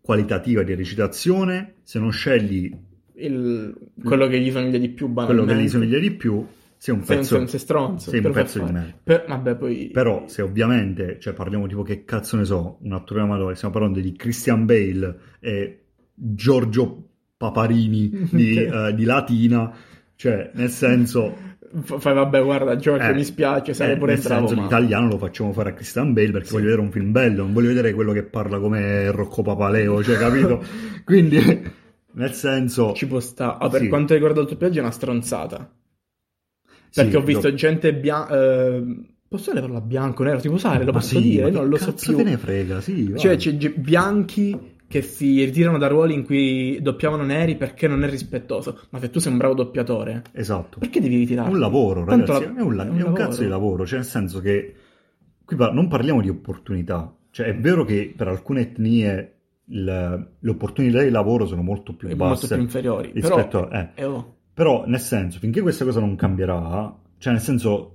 [SPEAKER 1] qualitativa di recitazione, se non scegli
[SPEAKER 2] Il- quello che gli somiglia di più,
[SPEAKER 1] Mm. quello che gli
[SPEAKER 2] banalmente.
[SPEAKER 1] somiglia di più, sei un
[SPEAKER 2] Sei un, sei
[SPEAKER 1] pezzo,
[SPEAKER 2] un- sei stronzo.
[SPEAKER 1] sei un
[SPEAKER 2] te lo fai
[SPEAKER 1] pezzo di
[SPEAKER 2] fare.
[SPEAKER 1] merda.
[SPEAKER 2] Per- vabbè, poi...
[SPEAKER 1] Però se ovviamente, cioè parliamo tipo che cazzo ne so, un attore amatore, stiamo parlando di Christian Bale e Giorgio Paparini di, eh, di Latina, cioè nel senso,
[SPEAKER 2] F- Fai, vabbè, guarda, Giorgio,
[SPEAKER 1] Eh,
[SPEAKER 2] mi spiace,
[SPEAKER 1] eh,
[SPEAKER 2] sarei pure
[SPEAKER 1] nel
[SPEAKER 2] bravo,
[SPEAKER 1] senso
[SPEAKER 2] ma-
[SPEAKER 1] l'italiano lo facciamo fare a Christian Bale perché voglio vedere un film bello, non voglio vedere quello che parla come Rocco Papaleo, cioè capito? Quindi nel senso...
[SPEAKER 2] Ci può stare. Ah, per
[SPEAKER 1] Sì.
[SPEAKER 2] quanto riguarda il doppiaggio è una stronzata.
[SPEAKER 1] sì,
[SPEAKER 2] Perché ho visto
[SPEAKER 1] lo-
[SPEAKER 2] gente bianca... posso usare la parola bianco, nero? Si può usare? Lo
[SPEAKER 1] Ma
[SPEAKER 2] posso
[SPEAKER 1] sì,
[SPEAKER 2] dire?
[SPEAKER 1] ma
[SPEAKER 2] Io
[SPEAKER 1] che
[SPEAKER 2] non lo so
[SPEAKER 1] cazzo
[SPEAKER 2] più.
[SPEAKER 1] te ne frega, sì, va.
[SPEAKER 2] Cioè, c'è ge- bianchi che si ritirano da ruoli in cui doppiavano neri perché non è rispettoso. Ma se tu sei un bravo doppiatore,
[SPEAKER 1] Esatto.
[SPEAKER 2] perché devi ritirarti?
[SPEAKER 1] È un lavoro,
[SPEAKER 2] Tanto
[SPEAKER 1] ragazzi.
[SPEAKER 2] la-
[SPEAKER 1] È un, la- è un
[SPEAKER 2] lavoro.
[SPEAKER 1] cazzo di lavoro. Cioè, nel senso che qui par- non parliamo di opportunità. Cioè, è vero che per alcune etnie il- le opportunità di lavoro sono molto più
[SPEAKER 2] È molto
[SPEAKER 1] basse
[SPEAKER 2] più inferiori. Però...
[SPEAKER 1] rispetto a. eh.
[SPEAKER 2] eh, oh,
[SPEAKER 1] Però, nel senso, finché questa cosa non cambierà, cioè, nel senso,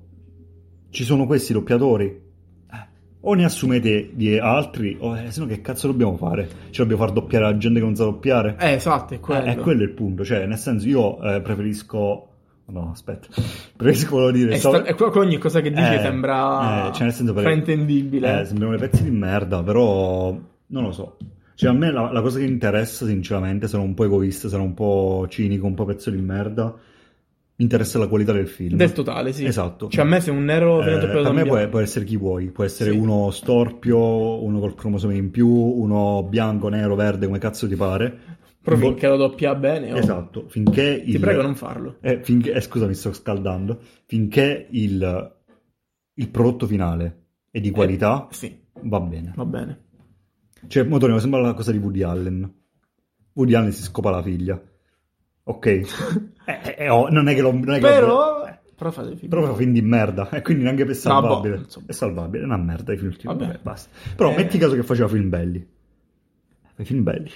[SPEAKER 1] ci sono questi doppiatori. Eh, O ne assumete di altri, o eh, se no che cazzo dobbiamo fare? Cioè, dobbiamo far doppiare la gente che non sa doppiare?
[SPEAKER 2] eh, esatto, è quello.
[SPEAKER 1] Eh, È quello il punto, cioè, nel senso, io eh, preferisco. No, aspetta, preferisco volevo dire.
[SPEAKER 2] È
[SPEAKER 1] so-
[SPEAKER 2] sta- è quello che ogni cosa che dici
[SPEAKER 1] Eh,
[SPEAKER 2] sembra
[SPEAKER 1] eh, cioè, nel senso, per-
[SPEAKER 2] fraintendibile.
[SPEAKER 1] eh, sembrano dei pezzi di merda, però non lo so. Cioè, a me la, la cosa che interessa, sinceramente, sono un po' egoista, sono un po' cinico, un po' pezzo di merda. Mi interessa la qualità del film.
[SPEAKER 2] Del totale, sì.
[SPEAKER 1] Esatto.
[SPEAKER 2] Cioè, a me se un nero viene
[SPEAKER 1] Eh,
[SPEAKER 2] doppiato da
[SPEAKER 1] per
[SPEAKER 2] un
[SPEAKER 1] me può,
[SPEAKER 2] bianco-
[SPEAKER 1] può essere chi vuoi, può essere
[SPEAKER 2] Sì.
[SPEAKER 1] uno storpio, uno col cromosoma in più, uno bianco, nero, verde, come cazzo ti pare.
[SPEAKER 2] Però
[SPEAKER 1] Vo-
[SPEAKER 2] finché lo doppia bene, oh,
[SPEAKER 1] Esatto, finché
[SPEAKER 2] ti
[SPEAKER 1] il...
[SPEAKER 2] prego non farlo.
[SPEAKER 1] Eh, finché, eh, scusa, mi sto scaldando. Finché il, il prodotto finale è di qualità,
[SPEAKER 2] Eh, Sì,
[SPEAKER 1] va bene.
[SPEAKER 2] va bene.
[SPEAKER 1] Cioè, mo torniamo sempre alla cosa di Woody Allen. Woody Allen si scopa la figlia. Ok. Eh, eh, oh, non è che lo... Non è che lo-
[SPEAKER 2] Però... Però fate i film.
[SPEAKER 1] Però fa film di merda, e quindi neanche per
[SPEAKER 2] Ah, boh,
[SPEAKER 1] salvabile.
[SPEAKER 2] insomma.
[SPEAKER 1] è salvabile, è una merda i film ultimi.
[SPEAKER 2] Vabbè.
[SPEAKER 1] Vabbè, basta. Però
[SPEAKER 2] Eh.
[SPEAKER 1] metti caso che faceva film belli. Eh, Film belli.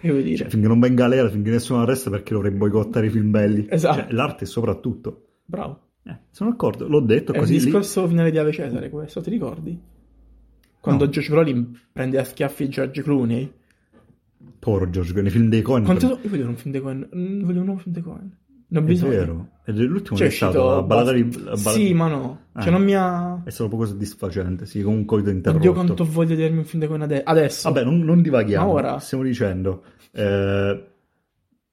[SPEAKER 2] Che vuoi dire?
[SPEAKER 1] Cioè, finché non va in galera, finché nessuno arresta, perché dovrei boicottare i film belli?
[SPEAKER 2] Esatto.
[SPEAKER 1] Cioè, l'arte soprattutto.
[SPEAKER 2] Bravo.
[SPEAKER 1] Eh, sono d'accordo, l'ho detto,
[SPEAKER 2] È il
[SPEAKER 1] così lì.
[SPEAKER 2] discorso finale di Ave Cesare questo, ti ricordi? Quando
[SPEAKER 1] No. Mm.
[SPEAKER 2] George Brolin prende a schiaffi George Clooney.
[SPEAKER 1] Toro, Giorgio, nei film dei Coen.
[SPEAKER 2] Quanto
[SPEAKER 1] per-
[SPEAKER 2] io voglio un film dei Coen. Mm, Voglio un nuovo film dei Coen. Non
[SPEAKER 1] È
[SPEAKER 2] bisogna.
[SPEAKER 1] vero. Ed è l'ultimo
[SPEAKER 2] Cioè,
[SPEAKER 1] che
[SPEAKER 2] è
[SPEAKER 1] è stato
[SPEAKER 2] uscito...
[SPEAKER 1] la ballata di...
[SPEAKER 2] Bast-
[SPEAKER 1] la ballata-
[SPEAKER 2] Sì, ma no.
[SPEAKER 1] Eh.
[SPEAKER 2] Cioè, non mi ha...
[SPEAKER 1] È stato poco soddisfacente, sì, comunque ho interrotto.
[SPEAKER 2] Oddio quanto voglio vedermi un film dei Coen ade- adesso.
[SPEAKER 1] Vabbè, non, non divaghiamo.
[SPEAKER 2] Ma ora?
[SPEAKER 1] Stiamo dicendo. eh,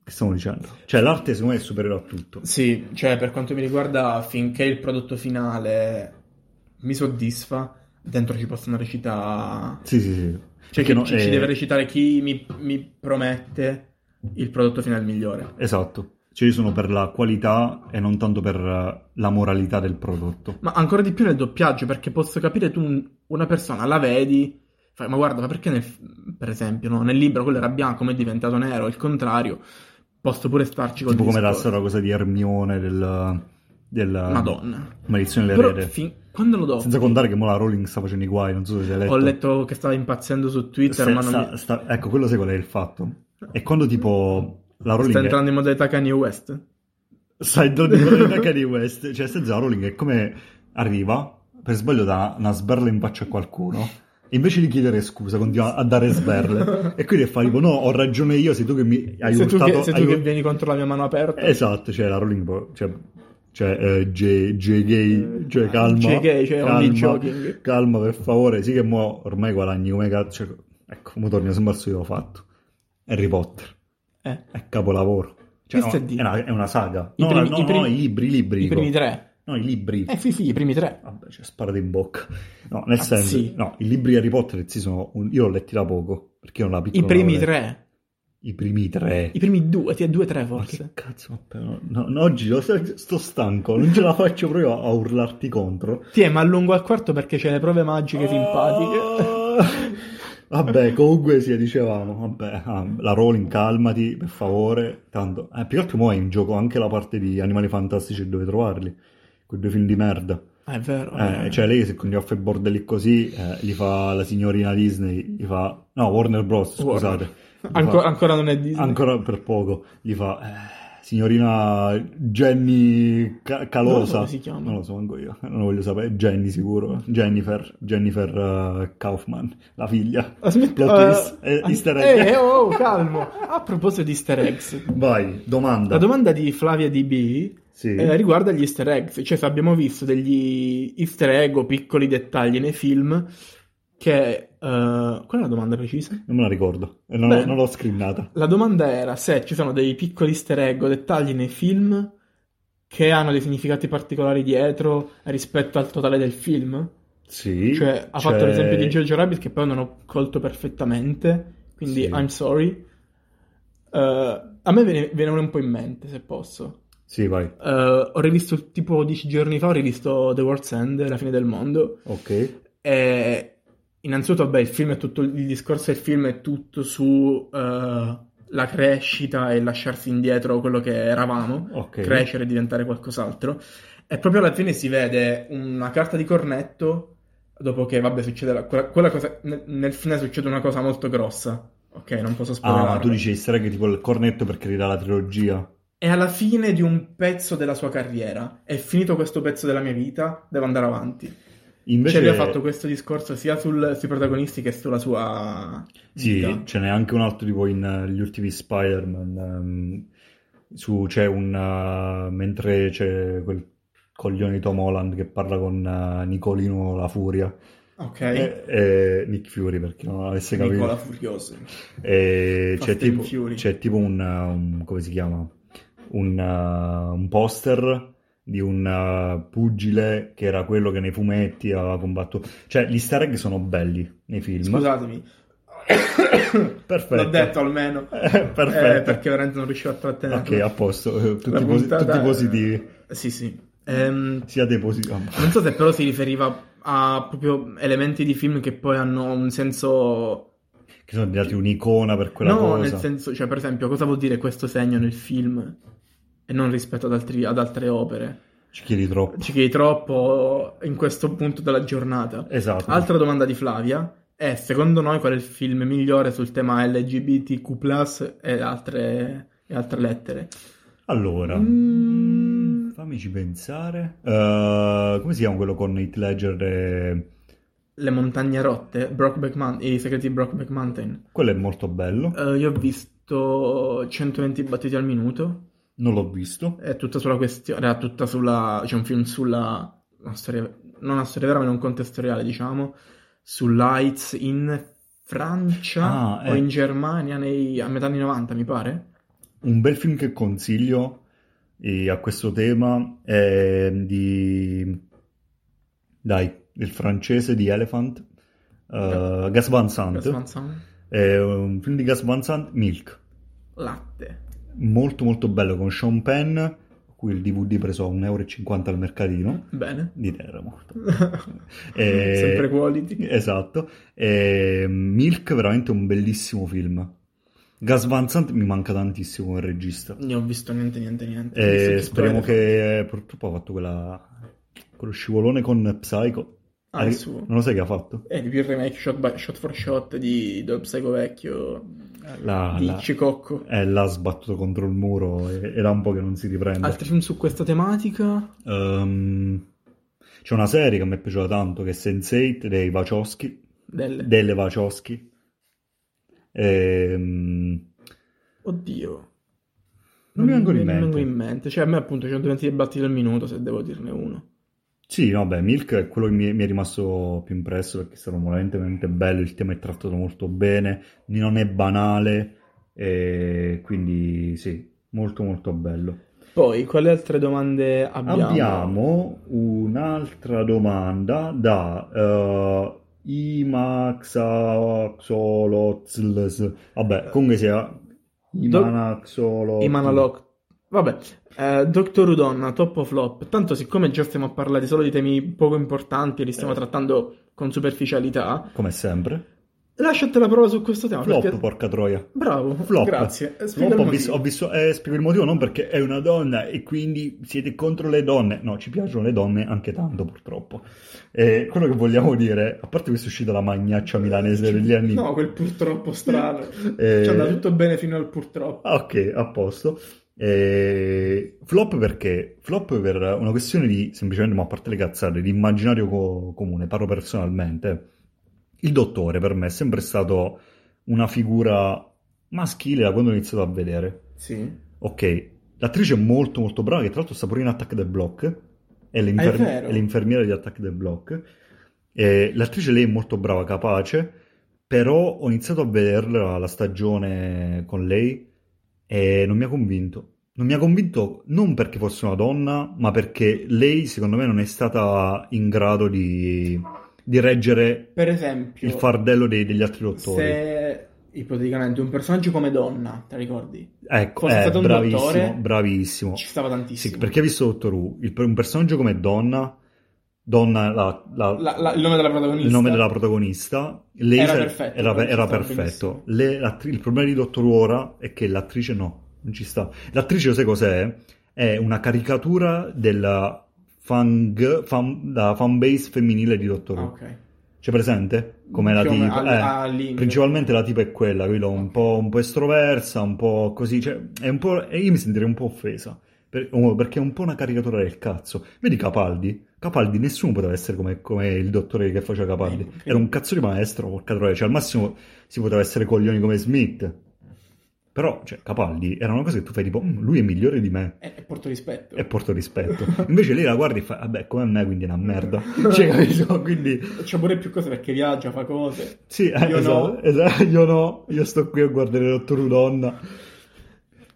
[SPEAKER 1] che stiamo dicendo? Cioè, l'arte secondo me è superiore a tutto.
[SPEAKER 2] Sì, cioè per quanto mi riguarda, finché il prodotto finale mi soddisfa, dentro ci possono recitare...
[SPEAKER 1] Sì, sì, sì.
[SPEAKER 2] Cioè
[SPEAKER 1] Perché
[SPEAKER 2] che
[SPEAKER 1] no,
[SPEAKER 2] ci,
[SPEAKER 1] eh,
[SPEAKER 2] ci deve recitare chi mi, mi promette il prodotto finale migliore.
[SPEAKER 1] Esatto. Cioè, io sono per la qualità e non tanto per eh, la moralità del prodotto.
[SPEAKER 2] Ma ancora di più nel doppiaggio, perché posso capire tu un- una persona, la vedi, fai, ma guarda, ma perché nel, per esempio, no, nel libro quello era bianco, ma è diventato nero, il contrario, posso pure starci col
[SPEAKER 1] tipo come era la
[SPEAKER 2] discorso.
[SPEAKER 1] storia cosa di Hermione del, della
[SPEAKER 2] Madonna.
[SPEAKER 1] maledizione
[SPEAKER 2] Però
[SPEAKER 1] dell'erede.
[SPEAKER 2] fin- quando lo do,
[SPEAKER 1] Senza contare che mo la Rowling sta facendo i guai, non so se l'hai letto.
[SPEAKER 2] ho letto che stava impazzendo su Twitter,
[SPEAKER 1] Se-
[SPEAKER 2] ma non mi-
[SPEAKER 1] sta- sta- Ecco, quello sai qual è il fatto? E quando tipo la Rowling
[SPEAKER 2] sta
[SPEAKER 1] è-
[SPEAKER 2] entrando in modalità Kanye West.
[SPEAKER 1] Sai entrando in quello di Kanye West, cioè senza la Rowling è come arriva, per sbaglio dà una sberla in faccia a qualcuno, e invece di chiedere scusa continua a dare sberle, e quindi fa tipo no, ho ragione io, sei tu che mi hai
[SPEAKER 2] se tu,
[SPEAKER 1] urtato...
[SPEAKER 2] che, se tu
[SPEAKER 1] hai
[SPEAKER 2] che
[SPEAKER 1] ur-
[SPEAKER 2] vieni contro la mia mano aperta,
[SPEAKER 1] Esatto, cioè la Rowling, po- cioè, cioè eh, J- J. Gay, cioè calma,
[SPEAKER 2] J. Gay, cioè,
[SPEAKER 1] calma,
[SPEAKER 2] only joking.
[SPEAKER 1] calma per favore, sì che mo ormai guadagni come cazzo, cioè, ecco, mo torni sempre al solito fatto, Harry Potter
[SPEAKER 2] eh,
[SPEAKER 1] è capolavoro. Cioè,
[SPEAKER 2] Questo
[SPEAKER 1] no,
[SPEAKER 2] è di-
[SPEAKER 1] è, una, è una saga.
[SPEAKER 2] I
[SPEAKER 1] no,
[SPEAKER 2] primi-
[SPEAKER 1] no,
[SPEAKER 2] i primi-
[SPEAKER 1] no, i libri, i libri.
[SPEAKER 2] i
[SPEAKER 1] dico.
[SPEAKER 2] primi tre.
[SPEAKER 1] No, i libri.
[SPEAKER 2] Eh, sì, sì, i primi tre.
[SPEAKER 1] Vabbè, cioè, sparate in bocca. No, nel
[SPEAKER 2] Ah,
[SPEAKER 1] senso,
[SPEAKER 2] sì.
[SPEAKER 1] no, i libri di Harry Potter sì, sono un- io l'ho letti da poco, perché io non la piccola
[SPEAKER 2] I primi
[SPEAKER 1] l'avevo letta.
[SPEAKER 2] tre.
[SPEAKER 1] I primi tre.
[SPEAKER 2] I primi due, ti è due tre
[SPEAKER 1] Ma che
[SPEAKER 2] forse.
[SPEAKER 1] cazzo, ma però- no, no, oggi lo- sto stanco, non ce la faccio proprio a urlarti contro.
[SPEAKER 2] Ti è, eh, ma allungo al quarto perché c'è le prove magiche
[SPEAKER 1] Ah!
[SPEAKER 2] simpatiche.
[SPEAKER 1] Vabbè, comunque sì, dicevamo, vabbè, ah, la Rowling calmati, per favore, tanto. Eh, più che altro mo è in gioco anche la parte di Animali Fantastici e dove trovarli, quei due film di merda.
[SPEAKER 2] Ah, è vero.
[SPEAKER 1] Eh, cioè lei se continua a fare bordelli così, eh, gli fa la signorina Disney, gli fa... No, Warner Bros,
[SPEAKER 2] Warner.
[SPEAKER 1] scusate. Gli
[SPEAKER 2] ancora,
[SPEAKER 1] fa-
[SPEAKER 2] ancora non è Disney.
[SPEAKER 1] Ancora per poco, gli fa... eh, signorina Jenny Ca- Calosa.
[SPEAKER 2] Non lo so come si chiama.
[SPEAKER 1] Non lo so manco io, non lo voglio sapere. Jenny sicuro. Jennifer, Jennifer eh, Kaufman, la figlia.
[SPEAKER 2] Ah, smetti-
[SPEAKER 1] Plot
[SPEAKER 2] eh,
[SPEAKER 1] twist, eh,
[SPEAKER 2] ah,
[SPEAKER 1] easter egg.
[SPEAKER 2] eh, oh, calmo. A proposito di easter eggs,
[SPEAKER 1] Vai, domanda.
[SPEAKER 2] la domanda di Flavia DB
[SPEAKER 1] Sì.
[SPEAKER 2] eh, riguarda gli easter eggs. Cioè, se abbiamo visto degli easter egg o piccoli dettagli nei film che... eh, qual è la domanda precisa?
[SPEAKER 1] Non me la ricordo, Eh, non,
[SPEAKER 2] Beh.
[SPEAKER 1] non l'ho scrinnata.
[SPEAKER 2] La domanda era se ci sono dei piccoli easter egg o dettagli nei film che hanno dei significati particolari dietro rispetto al totale del film.
[SPEAKER 1] Sì.
[SPEAKER 2] Cioè, ha fatto
[SPEAKER 1] cioè-
[SPEAKER 2] l'esempio di Jojo Rabbit che poi non ho colto perfettamente, quindi
[SPEAKER 1] Sì.
[SPEAKER 2] I'm sorry. Eh, a me viene, viene un po' in mente, se posso.
[SPEAKER 1] Sì, vai.
[SPEAKER 2] Eh, ho rivisto, tipo dieci giorni fa, ho rivisto The World's End, La fine del mondo,
[SPEAKER 1] Ok.
[SPEAKER 2] e innanzitutto, vabbè, il film è tutto, il discorso del film è tutto su eh, la crescita e lasciarsi indietro quello che eravamo,
[SPEAKER 1] Ok.
[SPEAKER 2] crescere e diventare qualcos'altro. E proprio alla fine si vede una carta di cornetto, dopo che, vabbè, succede la- quella, quella cosa, nel, nel fine succede una cosa molto grossa. Ok, non posso
[SPEAKER 1] Ah, ma
[SPEAKER 2] spoilerarla.
[SPEAKER 1] tu dici easter egg tipo il cornetto perché ridà la trilogia.
[SPEAKER 2] È alla fine di un pezzo della sua carriera. È finito questo pezzo della mia vita, devo andare avanti.
[SPEAKER 1] Invece
[SPEAKER 2] Cioè, lui ha fatto questo discorso sia sul- sui protagonisti che sulla sua
[SPEAKER 1] Sì,
[SPEAKER 2] vita.
[SPEAKER 1] ce n'è anche un altro tipo in eh, gli ultimi Spider-Man. ehm, su, c'è un. eh, mentre c'è quel coglione di Tom Holland che parla con eh, Nicolino La Furia.
[SPEAKER 2] Ok.
[SPEAKER 1] E, e Nick Fury, per chi non l'avesse capito.
[SPEAKER 2] Nicola Furioso.
[SPEAKER 1] E
[SPEAKER 2] Fast
[SPEAKER 1] c'è
[SPEAKER 2] and
[SPEAKER 1] tipo,
[SPEAKER 2] Fury.
[SPEAKER 1] c'è tipo un, uh, un- come si chiama? Un, uh, un poster di un uh, pugile che era quello che nei fumetti aveva combattuto. Cioè, gli easter egg sono belli nei film.
[SPEAKER 2] Scusatemi.
[SPEAKER 1] Perfetto.
[SPEAKER 2] L'ho detto almeno.
[SPEAKER 1] Eh, perfetto.
[SPEAKER 2] Eh, perché veramente non riuscivo a trattenerlo.
[SPEAKER 1] Ok, a posto, eh, tutti,
[SPEAKER 2] La
[SPEAKER 1] posi-
[SPEAKER 2] puntata
[SPEAKER 1] tutti
[SPEAKER 2] è-
[SPEAKER 1] positivi.
[SPEAKER 2] Sì, sì. Ehm,
[SPEAKER 1] Siate positivi.
[SPEAKER 2] non so se però si riferiva a proprio elementi di film che poi hanno un senso
[SPEAKER 1] che sono diventati un'icona per quella
[SPEAKER 2] no,
[SPEAKER 1] cosa.
[SPEAKER 2] nel senso, cioè, per esempio, cosa vuol dire questo segno nel film e non rispetto ad, altri- ad altre opere?
[SPEAKER 1] Ci chiedi troppo.
[SPEAKER 2] Ci chiedi troppo in questo punto della giornata.
[SPEAKER 1] Esatto.
[SPEAKER 2] Altra domanda di Flavia è: secondo noi qual è il film migliore sul tema LGBTQ e altre, e altre lettere?
[SPEAKER 1] Allora,
[SPEAKER 2] Mm.
[SPEAKER 1] fammici pensare. Eh, come si chiama quello con Heath Ledger Eh, e...
[SPEAKER 2] Le montagne rotte, Brokeback Mount- i segreti di Brokeback Mountain.
[SPEAKER 1] Quello è molto bello.
[SPEAKER 2] Eh, io ho visto 120 battiti al minuto.
[SPEAKER 1] Non l'ho visto.
[SPEAKER 2] È tutta sulla questione, era tutta sulla, c'è un film sulla, una storia, non una storia vera ma in un contesto reale, diciamo, sull'AIDS in Francia
[SPEAKER 1] Ah,
[SPEAKER 2] o
[SPEAKER 1] eh.
[SPEAKER 2] in Germania nei- a metà anni 90, mi pare.
[SPEAKER 1] Un bel film che consiglio eh, a questo tema è di... Dai, il francese di Elephant. eh, Gas Van Sant.
[SPEAKER 2] Gas Van Sant.
[SPEAKER 1] È un film di Gas Van Sant, Milk.
[SPEAKER 2] Latte.
[SPEAKER 1] Molto molto bello con Sean Penn, a cui il DVD preso a 1,50 euro al mercatino.
[SPEAKER 2] Bene.
[SPEAKER 1] Di terra morta. Eh,
[SPEAKER 2] Sempre quality.
[SPEAKER 1] Esatto. E Milk veramente un bellissimo film. Gas Van Sant mi manca tantissimo come regista.
[SPEAKER 2] Non ho visto niente, niente, niente.
[SPEAKER 1] E
[SPEAKER 2] Mi sa
[SPEAKER 1] Eh, speriamo
[SPEAKER 2] spoiler.
[SPEAKER 1] che eh, purtroppo ha fatto quella quello scivolone con Psycho.
[SPEAKER 2] Ah, il suo.
[SPEAKER 1] Non lo sai che ha fatto?
[SPEAKER 2] Eh, di più il remake shot, by- shot for shot di Dob Psycho vecchio
[SPEAKER 1] La,
[SPEAKER 2] di
[SPEAKER 1] la-
[SPEAKER 2] Cicocco.
[SPEAKER 1] eh, l'ha sbattuto contro il muro e era un po' che non si riprende.
[SPEAKER 2] Altri film su questa tematica?
[SPEAKER 1] Ehm, c'è una serie che mi è piaciuta tanto che è Sense8 dei Wachowski,
[SPEAKER 2] Delle.
[SPEAKER 1] delle Wachowski. Ehm,
[SPEAKER 2] Oddio.
[SPEAKER 1] Non mi vengono in
[SPEAKER 2] mi
[SPEAKER 1] mente.
[SPEAKER 2] vengono in mente. Cioè, a me appunto 120 battiti al minuto, se devo dirne uno.
[SPEAKER 1] Sì, vabbè, Milk è quello che mi, mi è rimasto più impresso perché è stato veramente, veramente bello, il tema è trattato molto bene, non è banale, e quindi sì, molto molto bello.
[SPEAKER 2] Poi, quali altre domande abbiamo?
[SPEAKER 1] Abbiamo un'altra domanda da uh, Imaxaxolotls, vabbè, comunque sia Imanaxolotl.
[SPEAKER 2] Imanalok. Vabbè, eh, Doctor Udonna, top o flop? Tanto siccome già stiamo a parlare solo di temi poco importanti e li stiamo
[SPEAKER 1] Eh.
[SPEAKER 2] trattando con superficialità,
[SPEAKER 1] come sempre.
[SPEAKER 2] lasciate la prova su questo tema.
[SPEAKER 1] Flop,
[SPEAKER 2] perché-
[SPEAKER 1] porca troia.
[SPEAKER 2] Bravo,
[SPEAKER 1] Flop.
[SPEAKER 2] grazie. Eh, spiega
[SPEAKER 1] Flop,
[SPEAKER 2] il
[SPEAKER 1] ho visto, ho
[SPEAKER 2] motivo.
[SPEAKER 1] visto- eh, spiego il motivo non perché è una donna e quindi siete contro le donne. No, ci piacciono le donne anche tanto, purtroppo. Eh, quello che vogliamo dire, a parte questa uscita la magnaccia milanese degli anni.
[SPEAKER 2] No, quel purtroppo strano.
[SPEAKER 1] Eh,
[SPEAKER 2] Ci è andato tutto bene fino al purtroppo.
[SPEAKER 1] ah, Ok, a posto. Eh, flop perché? Flop per una questione di, semplicemente, ma a parte le cazzate, di immaginario co- comune, parlo personalmente. Il dottore per me è sempre stato una figura maschile da quando ho iniziato a vedere.
[SPEAKER 2] Sì.
[SPEAKER 1] Ok, l'attrice è molto molto brava, che tra l'altro sta pure in Attack the Block, è, l'infer-
[SPEAKER 2] Ah, è vero.
[SPEAKER 1] è l'infermiera di Attack the Block. E l'attrice lei è molto brava, capace, però ho iniziato a vederla la stagione con lei e non mi ha convinto. Non mi ha convinto non perché fosse una donna, ma perché lei secondo me non è stata in grado di, di reggere
[SPEAKER 2] Per esempio,
[SPEAKER 1] il fardello dei- degli altri dottori.
[SPEAKER 2] se ipoteticamente un personaggio come donna, te la ricordi?
[SPEAKER 1] Ecco,
[SPEAKER 2] fosse
[SPEAKER 1] eh,
[SPEAKER 2] stato un
[SPEAKER 1] bravissimo,
[SPEAKER 2] dottore,
[SPEAKER 1] bravissimo.
[SPEAKER 2] Ci stava tantissimo.
[SPEAKER 1] Sì, perché hai visto Doctor Who? Il- un personaggio come donna, donna la- la-
[SPEAKER 2] La- la- il nome della protagonista. Ah,
[SPEAKER 1] il nome della protagonista, lei
[SPEAKER 2] Era
[SPEAKER 1] sa-
[SPEAKER 2] perfetto,
[SPEAKER 1] era,
[SPEAKER 2] non ci
[SPEAKER 1] era
[SPEAKER 2] sta
[SPEAKER 1] perfetto.
[SPEAKER 2] benissimo.
[SPEAKER 1] Le- l'attri- il problema di Doctor Who ora è che l'attrice no, non ci sta. L'attrice, lo sai cos'è? È una caricatura della fan, fan, da fanbase femminile di Doctor
[SPEAKER 2] Ah,
[SPEAKER 1] Who.
[SPEAKER 2] ok.
[SPEAKER 1] C'è presente? Come la
[SPEAKER 2] Più o meno,
[SPEAKER 1] tipa?
[SPEAKER 2] al-
[SPEAKER 1] Eh,
[SPEAKER 2] al limite.
[SPEAKER 1] principalmente la tipa è quella, quello un po', un po' estroversa, un po' così, cioè, è un po', e io mi sentirei un po' offesa, per- oh, perché è un po' una caricatura del cazzo. Vedi Capaldi? Capaldi, nessuno poteva essere come, come il dottore che faceva Capaldi.
[SPEAKER 2] Eh, ok.
[SPEAKER 1] Era un cazzo di maestro, porca troia, cioè al massimo si poteva essere coglioni come Smith. Però, cioè, Capaldi era una cosa che tu fai tipo, "Mm, lui è migliore di me
[SPEAKER 2] E, e porto rispetto.
[SPEAKER 1] e porto rispetto. Invece lei la guardi e fa, vabbè, come me, quindi è una merda.
[SPEAKER 2] Eh.
[SPEAKER 1] Cioè, capito? Quindi...
[SPEAKER 2] C'è pure più cose perché viaggia, fa cose.
[SPEAKER 1] Sì, eh,
[SPEAKER 2] Io
[SPEAKER 1] esatto,
[SPEAKER 2] no.
[SPEAKER 1] esatto, io no, io sto qui a guardare Dottor Who Donna. Sto per dire una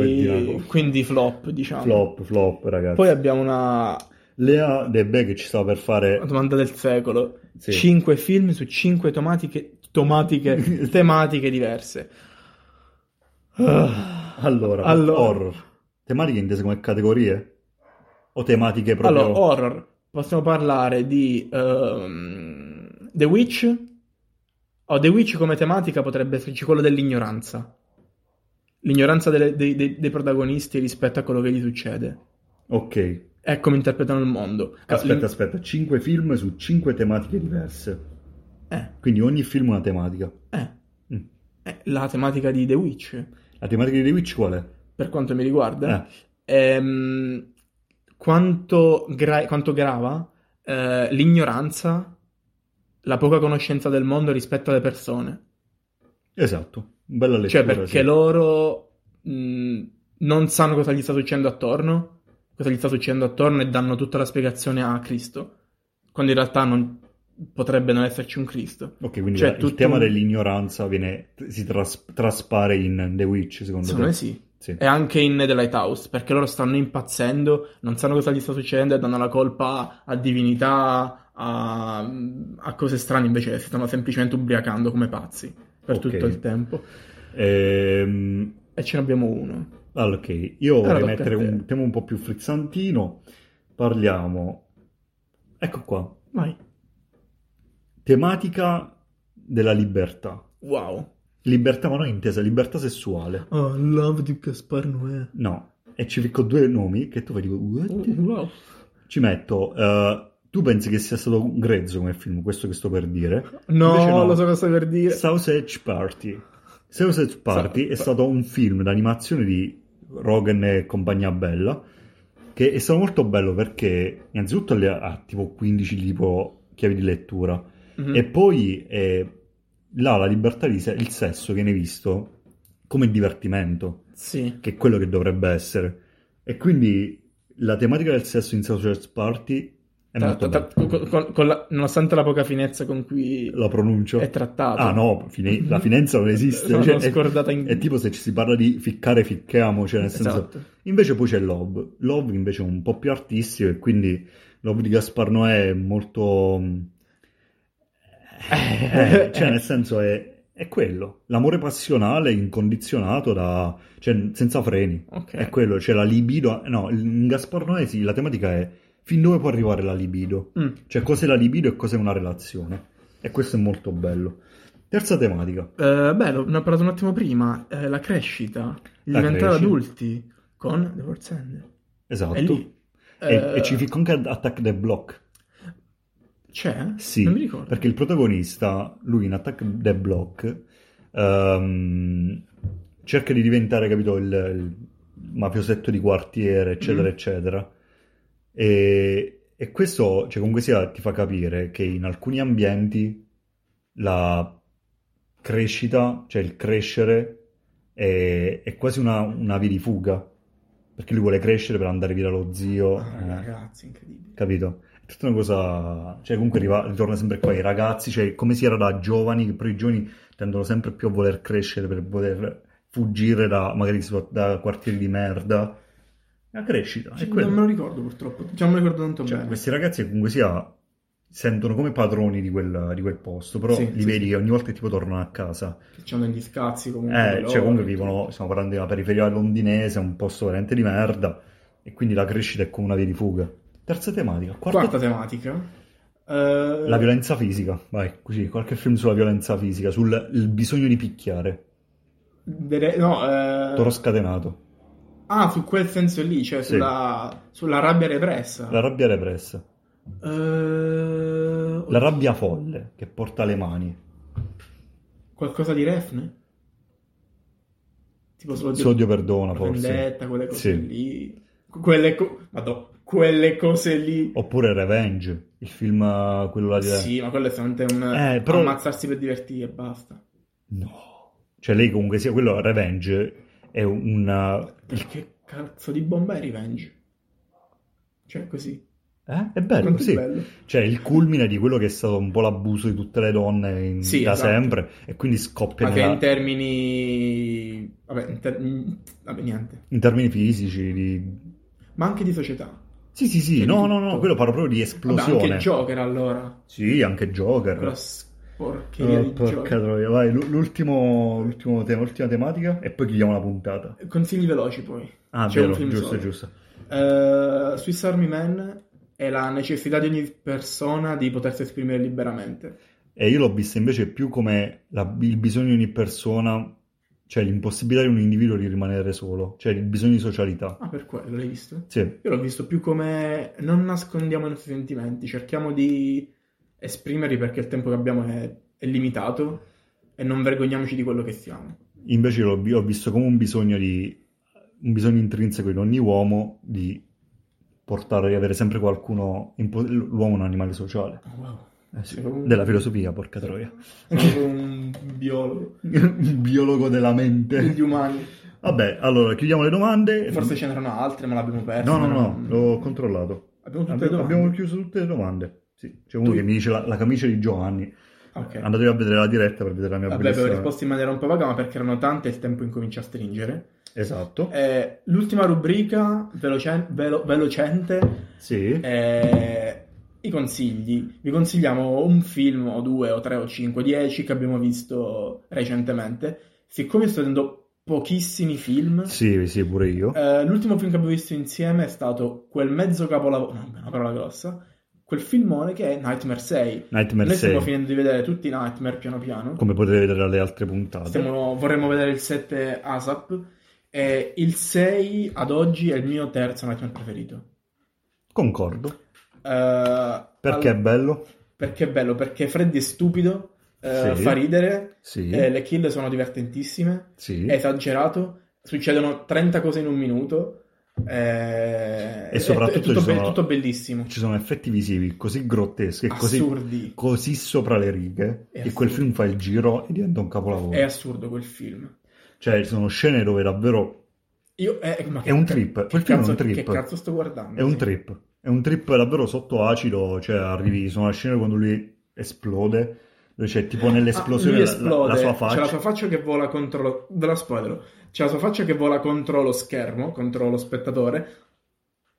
[SPEAKER 2] Quindi,
[SPEAKER 1] cosa.
[SPEAKER 2] quindi flop, diciamo.
[SPEAKER 1] Flop, flop, ragazzi.
[SPEAKER 2] Poi abbiamo una
[SPEAKER 1] Lea Debè che ci stava per fare...
[SPEAKER 2] domanda del secolo.
[SPEAKER 1] Sì.
[SPEAKER 2] 5 film su 5 tomatiche, tomatiche tematiche diverse. Ah.
[SPEAKER 1] Allora,
[SPEAKER 2] Allora.
[SPEAKER 1] horror. Tematiche intese come categorie? O tematiche proprio...
[SPEAKER 2] Allora, horror. Possiamo parlare di ehm, The Witch, Ho The Witch come tematica potrebbe esserci quello dell'ignoranza. L'ignoranza delle- dei, dei- dei protagonisti rispetto a quello che gli succede.
[SPEAKER 1] Ok,
[SPEAKER 2] È come interpretano il mondo.
[SPEAKER 1] aspetta,
[SPEAKER 2] L'in-
[SPEAKER 1] aspetta, 5 film su 5 tematiche diverse.
[SPEAKER 2] Eh,
[SPEAKER 1] Quindi ogni film ha una tematica.
[SPEAKER 2] eh.
[SPEAKER 1] Mm.
[SPEAKER 2] Eh, la tematica di The Witch,
[SPEAKER 1] La tematica di The Witch qual è?
[SPEAKER 2] per quanto mi riguarda,
[SPEAKER 1] Eh.
[SPEAKER 2] ehm, quanto, gra- quanto grava eh, l'ignoranza, la poca conoscenza del mondo rispetto alle persone.
[SPEAKER 1] Esatto, bella lettura.
[SPEAKER 2] Cioè, perché
[SPEAKER 1] sì.
[SPEAKER 2] loro mh, non sanno cosa gli sta succedendo attorno, cosa gli sta succedendo attorno e danno tutta la spiegazione a Cristo, quando in realtà non potrebbe non esserci un Cristo.
[SPEAKER 1] Ok, quindi
[SPEAKER 2] cioè,
[SPEAKER 1] la- il
[SPEAKER 2] tutto
[SPEAKER 1] tema
[SPEAKER 2] un-
[SPEAKER 1] dell'ignoranza viene, si tras- traspare in The Witch, secondo
[SPEAKER 2] Secondo
[SPEAKER 1] te?
[SPEAKER 2] me sì. Eh,
[SPEAKER 1] Sì.
[SPEAKER 2] E anche in The Lighthouse, perché loro stanno impazzendo, non sanno cosa gli sta succedendo e danno la colpa a divinità, a, a cose strane, invece si stanno semplicemente ubriacando come pazzi per
[SPEAKER 1] Ok.
[SPEAKER 2] tutto il tempo.
[SPEAKER 1] Ehm,
[SPEAKER 2] E ce n'abbiamo uno.
[SPEAKER 1] allora, ok, io
[SPEAKER 2] Allora,
[SPEAKER 1] vorrei
[SPEAKER 2] tocca a
[SPEAKER 1] mettere
[SPEAKER 2] te.
[SPEAKER 1] un tema un po' più frizzantino. Parliamo, ecco qua,
[SPEAKER 2] Vai.
[SPEAKER 1] tematica della libertà.
[SPEAKER 2] Wow.
[SPEAKER 1] Libertà, ma non intesa, libertà sessuale.
[SPEAKER 2] Oh, love di Gaspar Noè.
[SPEAKER 1] No, e ci ficco due nomi che tu fai dico,
[SPEAKER 2] Mm,
[SPEAKER 1] "What?"
[SPEAKER 2] Wow.
[SPEAKER 1] Ci metto, eh, tu pensi che sia stato un grezzo come film, questo che sto per dire?
[SPEAKER 2] No,
[SPEAKER 1] Invece no.
[SPEAKER 2] lo so cosa stai per dire.
[SPEAKER 1] Sausage Party. Sausage Party
[SPEAKER 2] Sa-
[SPEAKER 1] è stato un film d'animazione di Rogan e compagnia bella che è stato molto bello perché innanzitutto le- ha tipo 15 tipo chiavi di lettura
[SPEAKER 2] Mhm.
[SPEAKER 1] e poi eh, là la libertà di se- il sesso viene visto come divertimento
[SPEAKER 2] Sì.
[SPEAKER 1] che è quello che dovrebbe essere e quindi la tematica del sesso in Sausage Party è
[SPEAKER 2] Tra-
[SPEAKER 1] molto
[SPEAKER 2] tra-
[SPEAKER 1] bella
[SPEAKER 2] con- con- con la- nonostante la poca finezza con cui
[SPEAKER 1] la pronuncio
[SPEAKER 2] è trattato.
[SPEAKER 1] Ah no, fine- la finanza non esiste.
[SPEAKER 2] Sono
[SPEAKER 1] cioè, è-
[SPEAKER 2] scordata in-
[SPEAKER 1] È tipo se ci si parla di ficcare, ficchiamo, cioè nel senso...
[SPEAKER 2] Esatto.
[SPEAKER 1] Invece poi c'è Love. Love invece è un po' più artistico e quindi Love di Gaspar Noè è molto... Eh, cioè nel senso è, è quello. L'amore passionale incondizionato da... cioè senza freni.
[SPEAKER 2] Ok.
[SPEAKER 1] È quello, c'è la libido... No, in Gaspar Noè sì, la tematica è fin dove può arrivare la libido.
[SPEAKER 2] Mm.
[SPEAKER 1] Cioè, cos'è la libido e cos'è una relazione. E questo è molto bello. Terza tematica.
[SPEAKER 2] Eh, beh, lo- ne ho parlato un attimo prima. eh, la crescita, il
[SPEAKER 1] La
[SPEAKER 2] diventare
[SPEAKER 1] crescita.
[SPEAKER 2] adulti con The World's End.
[SPEAKER 1] Esatto.
[SPEAKER 2] È lì.
[SPEAKER 1] E,
[SPEAKER 2] Eh,
[SPEAKER 1] e ci ficca anche ad Attack the Block.
[SPEAKER 2] C'è?
[SPEAKER 1] Sì,
[SPEAKER 2] Non mi ricordo.
[SPEAKER 1] perché il protagonista, lui in Attack the Block, ehm, cerca di diventare, capito, il, il mafiosetto di quartiere, eccetera,
[SPEAKER 2] Mm.
[SPEAKER 1] eccetera. E, e questo, cioè, comunque sia, ti fa capire che in alcuni ambienti la crescita, cioè il crescere, è, è quasi una, una via di fuga. Perché lui vuole crescere per andare via dallo zio.
[SPEAKER 2] Ah,
[SPEAKER 1] eh.
[SPEAKER 2] ragazzi, incredibile.
[SPEAKER 1] Capito? È tutta una cosa. Cioè, comunque riva- ritorna sempre qua i ragazzi, cioè come si era da giovani, che poi i giovani tendono sempre più a voler crescere per poter fuggire da magari situa- da quartieri di merda. La crescita, è
[SPEAKER 2] Cioè,
[SPEAKER 1] quello.
[SPEAKER 2] non me lo ricordo purtroppo. Cioè, non me lo ricordo tanto
[SPEAKER 1] Cioè,
[SPEAKER 2] bene.
[SPEAKER 1] questi ragazzi comunque sia sentono come padroni di quel, di quel posto, però
[SPEAKER 2] Sì,
[SPEAKER 1] li
[SPEAKER 2] sì,
[SPEAKER 1] vedi
[SPEAKER 2] sì.
[SPEAKER 1] che ogni volta che tipo tornano a casa.
[SPEAKER 2] Che c'hanno gli scazzi comunque.
[SPEAKER 1] Eh,
[SPEAKER 2] loro.
[SPEAKER 1] cioè comunque vivono, stiamo parlando di una periferia londinese, un posto veramente di merda, e quindi la crescita è come una via di fuga. Terza tematica, quarta
[SPEAKER 2] Quarta tematica. eh,
[SPEAKER 1] La violenza fisica, vai, così, qualche film sulla violenza fisica, sul il bisogno di picchiare,
[SPEAKER 2] delle- no, eh,
[SPEAKER 1] Toro scatenato,
[SPEAKER 2] Ah, su quel senso lì, cioè
[SPEAKER 1] Sì.
[SPEAKER 2] sulla, sulla rabbia repressa.
[SPEAKER 1] la rabbia repressa,
[SPEAKER 2] Eh,
[SPEAKER 1] la rabbia folle che porta le mani,
[SPEAKER 2] Qualcosa di Refne? Tipo solo di
[SPEAKER 1] l'odio perdona
[SPEAKER 2] la
[SPEAKER 1] forse,
[SPEAKER 2] vendetta, quelle cose
[SPEAKER 1] Sì.
[SPEAKER 2] lì. Quelle, co- Madò, quelle cose lì.
[SPEAKER 1] oppure Revenge, il film eh, quello là di...
[SPEAKER 2] Sì, ma quello è solamente un
[SPEAKER 1] Eh, però-
[SPEAKER 2] ammazzarsi per divertire e basta.
[SPEAKER 1] No, cioè lei comunque sia, quello Revenge è un... uh,
[SPEAKER 2] Perché cazzo di bomba è Revenge? Cioè, così.
[SPEAKER 1] Eh? È bello,
[SPEAKER 2] Quanto è
[SPEAKER 1] sì.
[SPEAKER 2] bello.
[SPEAKER 1] Cioè, il culmine di quello che è stato un po' l'abuso di tutte le donne in-
[SPEAKER 2] Sì,
[SPEAKER 1] da
[SPEAKER 2] esatto.
[SPEAKER 1] sempre, e quindi scoppia
[SPEAKER 2] Ma che
[SPEAKER 1] nella-
[SPEAKER 2] in termini... Vabbè, in ter- in- vabbè, niente.
[SPEAKER 1] in termini fisici, di...
[SPEAKER 2] Ma anche di società.
[SPEAKER 1] Sì, sì, sì,
[SPEAKER 2] Cioè,
[SPEAKER 1] no,
[SPEAKER 2] di
[SPEAKER 1] no, no,
[SPEAKER 2] tutto.
[SPEAKER 1] quello parlo proprio di
[SPEAKER 2] Vabbè,
[SPEAKER 1] esplosione.
[SPEAKER 2] anche Joker, allora.
[SPEAKER 1] Sì, anche Joker.
[SPEAKER 2] Quella
[SPEAKER 1] Oh,
[SPEAKER 2] sporcheria di
[SPEAKER 1] porca
[SPEAKER 2] Joker.
[SPEAKER 1] troia, vai, l- l'ultimo, l'ultimo tema, l'ultima tematica e poi chiudiamo la puntata.
[SPEAKER 2] Consigli veloci, poi.
[SPEAKER 1] Ah,
[SPEAKER 2] C'è un
[SPEAKER 1] vero,
[SPEAKER 2] film
[SPEAKER 1] giusto,
[SPEAKER 2] solo.
[SPEAKER 1] giusto.
[SPEAKER 2] Eh, Swiss Army Man è la necessità di ogni persona di potersi esprimere liberamente.
[SPEAKER 1] E io l'ho vista invece più come la- il bisogno di ogni persona, cioè l'impossibilità di un individuo di rimanere solo, cioè il bisogno di socialità.
[SPEAKER 2] Ah, per quello l'hai visto?
[SPEAKER 1] Sì,
[SPEAKER 2] Io l'ho visto più come non nascondiamo i nostri sentimenti, cerchiamo di esprimerli perché il tempo che abbiamo è, è limitato e non vergogniamoci di quello che siamo.
[SPEAKER 1] invece l'ho vi- ho visto come un bisogno di, un bisogno intrinseco in ogni uomo di portare, di avere sempre qualcuno, in po- l'uomo è un animale sociale.
[SPEAKER 2] Oh, wow.
[SPEAKER 1] Eh sì,
[SPEAKER 2] Sei proprio un-
[SPEAKER 1] della filosofia, porca troia.
[SPEAKER 2] Sono proprio un biologo,
[SPEAKER 1] Un biologo della
[SPEAKER 2] gli
[SPEAKER 1] mente.
[SPEAKER 2] umani.
[SPEAKER 1] Vabbè, allora chiudiamo le domande.
[SPEAKER 2] Forse ce n'erano altre, ma l'abbiamo persa. Mm.
[SPEAKER 1] No, no, no, l'ho controllato.
[SPEAKER 2] Abbiamo tutte
[SPEAKER 1] Abbiamo,
[SPEAKER 2] le
[SPEAKER 1] abbiamo
[SPEAKER 2] domande?
[SPEAKER 1] chiuso tutte le domande. Sì, c'è uno
[SPEAKER 2] Tu-
[SPEAKER 1] che mi dice la, la camicia di Giovanni.
[SPEAKER 2] Ah, Ok.
[SPEAKER 1] Andatevi a vedere la diretta per vedere la mia
[SPEAKER 2] Vabbè, avevo
[SPEAKER 1] bellissima-
[SPEAKER 2] risposto in maniera un po' vaga, ma perché erano tante e il tempo incomincia a stringere.
[SPEAKER 1] Esatto.
[SPEAKER 2] Eh, l'ultima rubrica, veloce- velo- velocente,
[SPEAKER 1] Sì.
[SPEAKER 2] Eh, I consigli. Vi consigliamo un film o due o tre o cinque, dieci che abbiamo visto recentemente. Siccome sto vedendo pochissimi film,
[SPEAKER 1] Sì, sì, pure io.
[SPEAKER 2] eh, l'ultimo film che abbiamo visto insieme è stato quel mezzo capolavoro, no, una parola grossa, quel filmone che è Nightmare 6.
[SPEAKER 1] Nightmare
[SPEAKER 2] Noi stiamo
[SPEAKER 1] 6.
[SPEAKER 2] finendo di vedere tutti i Nightmare piano piano.
[SPEAKER 1] Come potete vedere dalle altre puntate.
[SPEAKER 2] Stiamo- vorremmo vedere il 7 ASAP. E il 6 ad oggi è il mio terzo Nightmare preferito.
[SPEAKER 1] Concordo.
[SPEAKER 2] Eh,
[SPEAKER 1] Perché
[SPEAKER 2] all-
[SPEAKER 1] è bello?
[SPEAKER 2] Perché è bello, perché Freddy è stupido, eh,
[SPEAKER 1] Sì.
[SPEAKER 2] fa ridere,
[SPEAKER 1] Sì.
[SPEAKER 2] eh, le esatto. kill sono divertentissime,
[SPEAKER 1] Sì.
[SPEAKER 2] è esagerato, succedono 30 cose in un minuto, eh,
[SPEAKER 1] E soprattutto
[SPEAKER 2] è, è tutto,
[SPEAKER 1] ci
[SPEAKER 2] be-
[SPEAKER 1] sono-
[SPEAKER 2] tutto bellissimo, Ah,
[SPEAKER 1] Ci sono effetti visivi così grotteschi e così,
[SPEAKER 2] assurdi,
[SPEAKER 1] così sopra le righe
[SPEAKER 2] È
[SPEAKER 1] che quel
[SPEAKER 2] assurdo.
[SPEAKER 1] film fa il giro e diventa un capolavoro.
[SPEAKER 2] è assurdo quel film.
[SPEAKER 1] Cioè, ci sono scene dove davvero
[SPEAKER 2] Io- eh, ma
[SPEAKER 1] È un trip,
[SPEAKER 2] che
[SPEAKER 1] quel film è
[SPEAKER 2] cazzo-
[SPEAKER 1] un trip.
[SPEAKER 2] Che cazzo sto guardando?
[SPEAKER 1] È un
[SPEAKER 2] Sì.
[SPEAKER 1] trip, è un trip davvero sotto acido, cioè arrivi, sono la scena quando lui esplode, dove c'è tipo
[SPEAKER 2] Ah,
[SPEAKER 1] nell'esplosione
[SPEAKER 2] lui
[SPEAKER 1] la- la, la sua faccia.
[SPEAKER 2] C'è la sua faccia che vola contro lo... ve la spoilero. C'è la sua faccia che vola contro lo schermo, contro lo spettatore.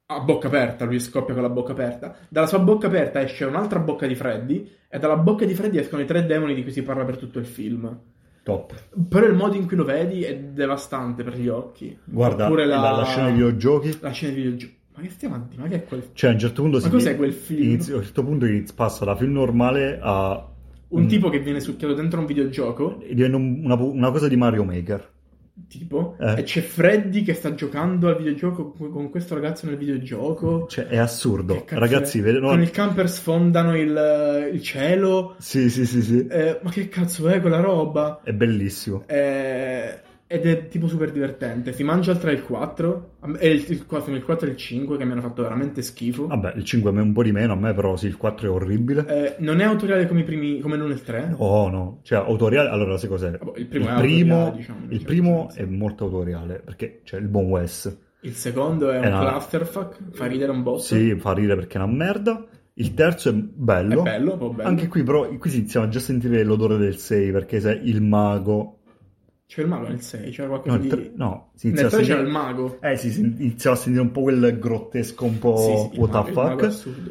[SPEAKER 2] A bocca aperta, lui scoppia con la bocca aperta. Dalla sua bocca aperta esce un'altra bocca di Freddy e dalla bocca di Freddy escono i tre demoni di cui si parla per tutto il film.
[SPEAKER 1] Top.
[SPEAKER 2] Però il modo in cui lo vedi è devastante per gli occhi.
[SPEAKER 1] Guarda,
[SPEAKER 2] Oppure
[SPEAKER 1] la... la scena dei videogiochi,
[SPEAKER 2] La scena dei videogiochi. Ma che stiamo avanti? Ma che è quel...
[SPEAKER 1] cioè a un certo punto
[SPEAKER 2] Ma
[SPEAKER 1] si...
[SPEAKER 2] cos'è quel film?
[SPEAKER 1] inizia- a un certo punto iniz- passa da film normale a... mm.
[SPEAKER 2] Un tipo che viene succhiato dentro un videogioco
[SPEAKER 1] e Diventa un- una, una cosa di Mario Maker.
[SPEAKER 2] Tipo,
[SPEAKER 1] Eh.
[SPEAKER 2] e c'è Freddy che sta giocando al videogioco co- con questo ragazzo nel videogioco.
[SPEAKER 1] Cioè, è assurdo.
[SPEAKER 2] Che cazzo
[SPEAKER 1] Ragazzi,
[SPEAKER 2] è?
[SPEAKER 1] vede- no-
[SPEAKER 2] con il camper sfondano il, il cielo.
[SPEAKER 1] Sì, sì, sì, sì.
[SPEAKER 2] Eh, ma che cazzo è quella roba?
[SPEAKER 1] È bellissimo.
[SPEAKER 2] Eh, ed è tipo super divertente. Si mangia il 3 e il 4. A me- E il, il 4, il 4 e il 5 che mi hanno fatto veramente schifo.
[SPEAKER 1] Vabbè, il 5 a me un po' di meno, a me però sì, il 4 è orribile.
[SPEAKER 2] Eh, non è autoriale come i primi, come non il 3.
[SPEAKER 1] Oh no, cioè autoriale, allora sai cos'è?
[SPEAKER 2] Vabbè, il primo
[SPEAKER 1] il
[SPEAKER 2] è
[SPEAKER 1] primo,
[SPEAKER 2] autoriale, diciamo, in un
[SPEAKER 1] il
[SPEAKER 2] certo
[SPEAKER 1] primo
[SPEAKER 2] senso.
[SPEAKER 1] è molto autoriale perché c'è il buon Wes.
[SPEAKER 2] Il secondo è un
[SPEAKER 1] Eh, no.
[SPEAKER 2] clusterfuck. Fa ridere un botto.
[SPEAKER 1] Sì, fa ridere perché è una merda. Il terzo è
[SPEAKER 2] È
[SPEAKER 1] bello.
[SPEAKER 2] bello, un po' bello.
[SPEAKER 1] Anche qui però qui si iniziava già a sentire l'odore del 6 perché se il mago
[SPEAKER 2] C'è il mago nel 6. C'era
[SPEAKER 1] no,
[SPEAKER 2] qualcosa
[SPEAKER 1] il
[SPEAKER 2] di.
[SPEAKER 1] tre- no, si
[SPEAKER 2] nel
[SPEAKER 1] iniziava
[SPEAKER 2] 3
[SPEAKER 1] a
[SPEAKER 2] c'era
[SPEAKER 1] sentire
[SPEAKER 2] il mago.
[SPEAKER 1] eh, sì, si iniziava a sentire un po' quel grottesco un po'
[SPEAKER 2] Sì, sì, il
[SPEAKER 1] Oh, what
[SPEAKER 2] mago-
[SPEAKER 1] the
[SPEAKER 2] il mago è
[SPEAKER 1] fuck.
[SPEAKER 2] assurdo.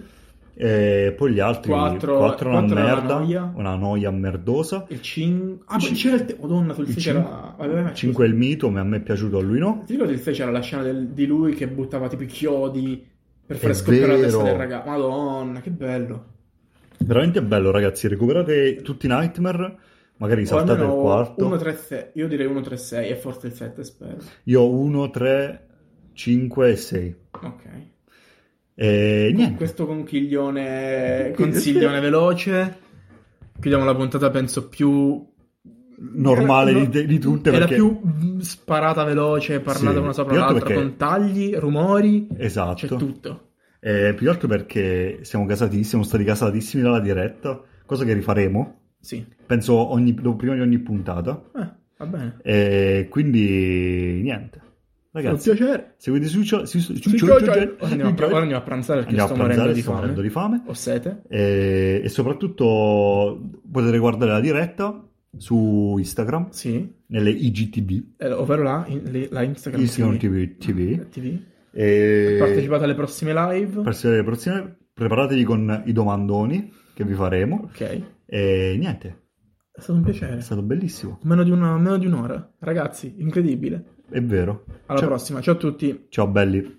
[SPEAKER 1] E Eh, poi gli altri
[SPEAKER 2] Quattro-
[SPEAKER 1] 4 una
[SPEAKER 2] quattro è una
[SPEAKER 1] merda,
[SPEAKER 2] noia.
[SPEAKER 1] una noia merdosa.
[SPEAKER 2] Il 5. Ah, poi
[SPEAKER 1] Cin-
[SPEAKER 2] c'era il. Te... Madonna, sul
[SPEAKER 1] Il
[SPEAKER 2] 6
[SPEAKER 1] cin-
[SPEAKER 2] c'era. Vabbè, vabbè,
[SPEAKER 1] 5 è il mito, ma a me è piaciuto, a lui no.
[SPEAKER 2] Ti ricordi il 6 c'era la scena del- di lui che buttava tipo i chiodi per far
[SPEAKER 1] È
[SPEAKER 2] scoppiare la testa
[SPEAKER 1] vero.
[SPEAKER 2] del ragazzo. Madonna, che bello.
[SPEAKER 1] Veramente bello, ragazzi. Recuperate tutti i Nightmare. Magari
[SPEAKER 2] O
[SPEAKER 1] saltate il
[SPEAKER 2] almeno
[SPEAKER 1] quarto.
[SPEAKER 2] 1, 3, 6. Io direi 1, 3, 6 e forse il 7, spero.
[SPEAKER 1] Io ho 1, 3, 5 e 6.
[SPEAKER 2] Ok.
[SPEAKER 1] E
[SPEAKER 2] Con
[SPEAKER 1] niente.
[SPEAKER 2] questo conchiglione. Consiglione veloce. Chiudiamo la puntata, penso più.
[SPEAKER 1] Normale di, de- di tutte
[SPEAKER 2] È la
[SPEAKER 1] perché...
[SPEAKER 2] più mm, sparata veloce, parlata
[SPEAKER 1] Sì.
[SPEAKER 2] una sopra
[SPEAKER 1] Più che altro
[SPEAKER 2] l'altra,
[SPEAKER 1] perché-
[SPEAKER 2] con tagli, rumori. C'è
[SPEAKER 1] Esatto.
[SPEAKER 2] tutto.
[SPEAKER 1] E più che altro perché siamo casatissimi, siamo stati casatissimi dalla diretta. Cosa che rifaremo.
[SPEAKER 2] Sì.
[SPEAKER 1] Penso ogni, dopo- prima di ogni puntata.
[SPEAKER 2] Eh, va bene.
[SPEAKER 1] E quindi niente. Ragazzi,
[SPEAKER 2] Un piacere.
[SPEAKER 1] seguite su... su- su- su-
[SPEAKER 2] Sì,
[SPEAKER 1] su-
[SPEAKER 2] ciao,
[SPEAKER 1] su-
[SPEAKER 2] ciao.
[SPEAKER 1] su-
[SPEAKER 2] Ora andiamo a, ora andiamo a pranzare perché
[SPEAKER 1] Andiamo
[SPEAKER 2] sto
[SPEAKER 1] a pranzare,
[SPEAKER 2] morendo di
[SPEAKER 1] sto
[SPEAKER 2] fame. Oh,
[SPEAKER 1] morendo di fame.
[SPEAKER 2] Ho sete.
[SPEAKER 1] e, e soprattutto potete guardare la diretta su Instagram
[SPEAKER 2] Sì.
[SPEAKER 1] nelle IGTV
[SPEAKER 2] Eh, ovvero la, in- le- la Instagram Ah,
[SPEAKER 1] Instagram
[SPEAKER 2] TV.
[SPEAKER 1] TV, TV.
[SPEAKER 2] TV.
[SPEAKER 1] E
[SPEAKER 2] Partecipate alle prossime live.
[SPEAKER 1] partecipate alle prossime preparatevi con i domandoni che vi faremo
[SPEAKER 2] Ok. È
[SPEAKER 1] e niente
[SPEAKER 2] stato un
[SPEAKER 1] è
[SPEAKER 2] piacere.
[SPEAKER 1] stato bellissimo
[SPEAKER 2] Meno di, una- meno di un'ora. Ragazzi, incredibile.
[SPEAKER 1] è vero
[SPEAKER 2] Alla
[SPEAKER 1] ciao,
[SPEAKER 2] prossima. Ciao a tutti.
[SPEAKER 1] ciao belli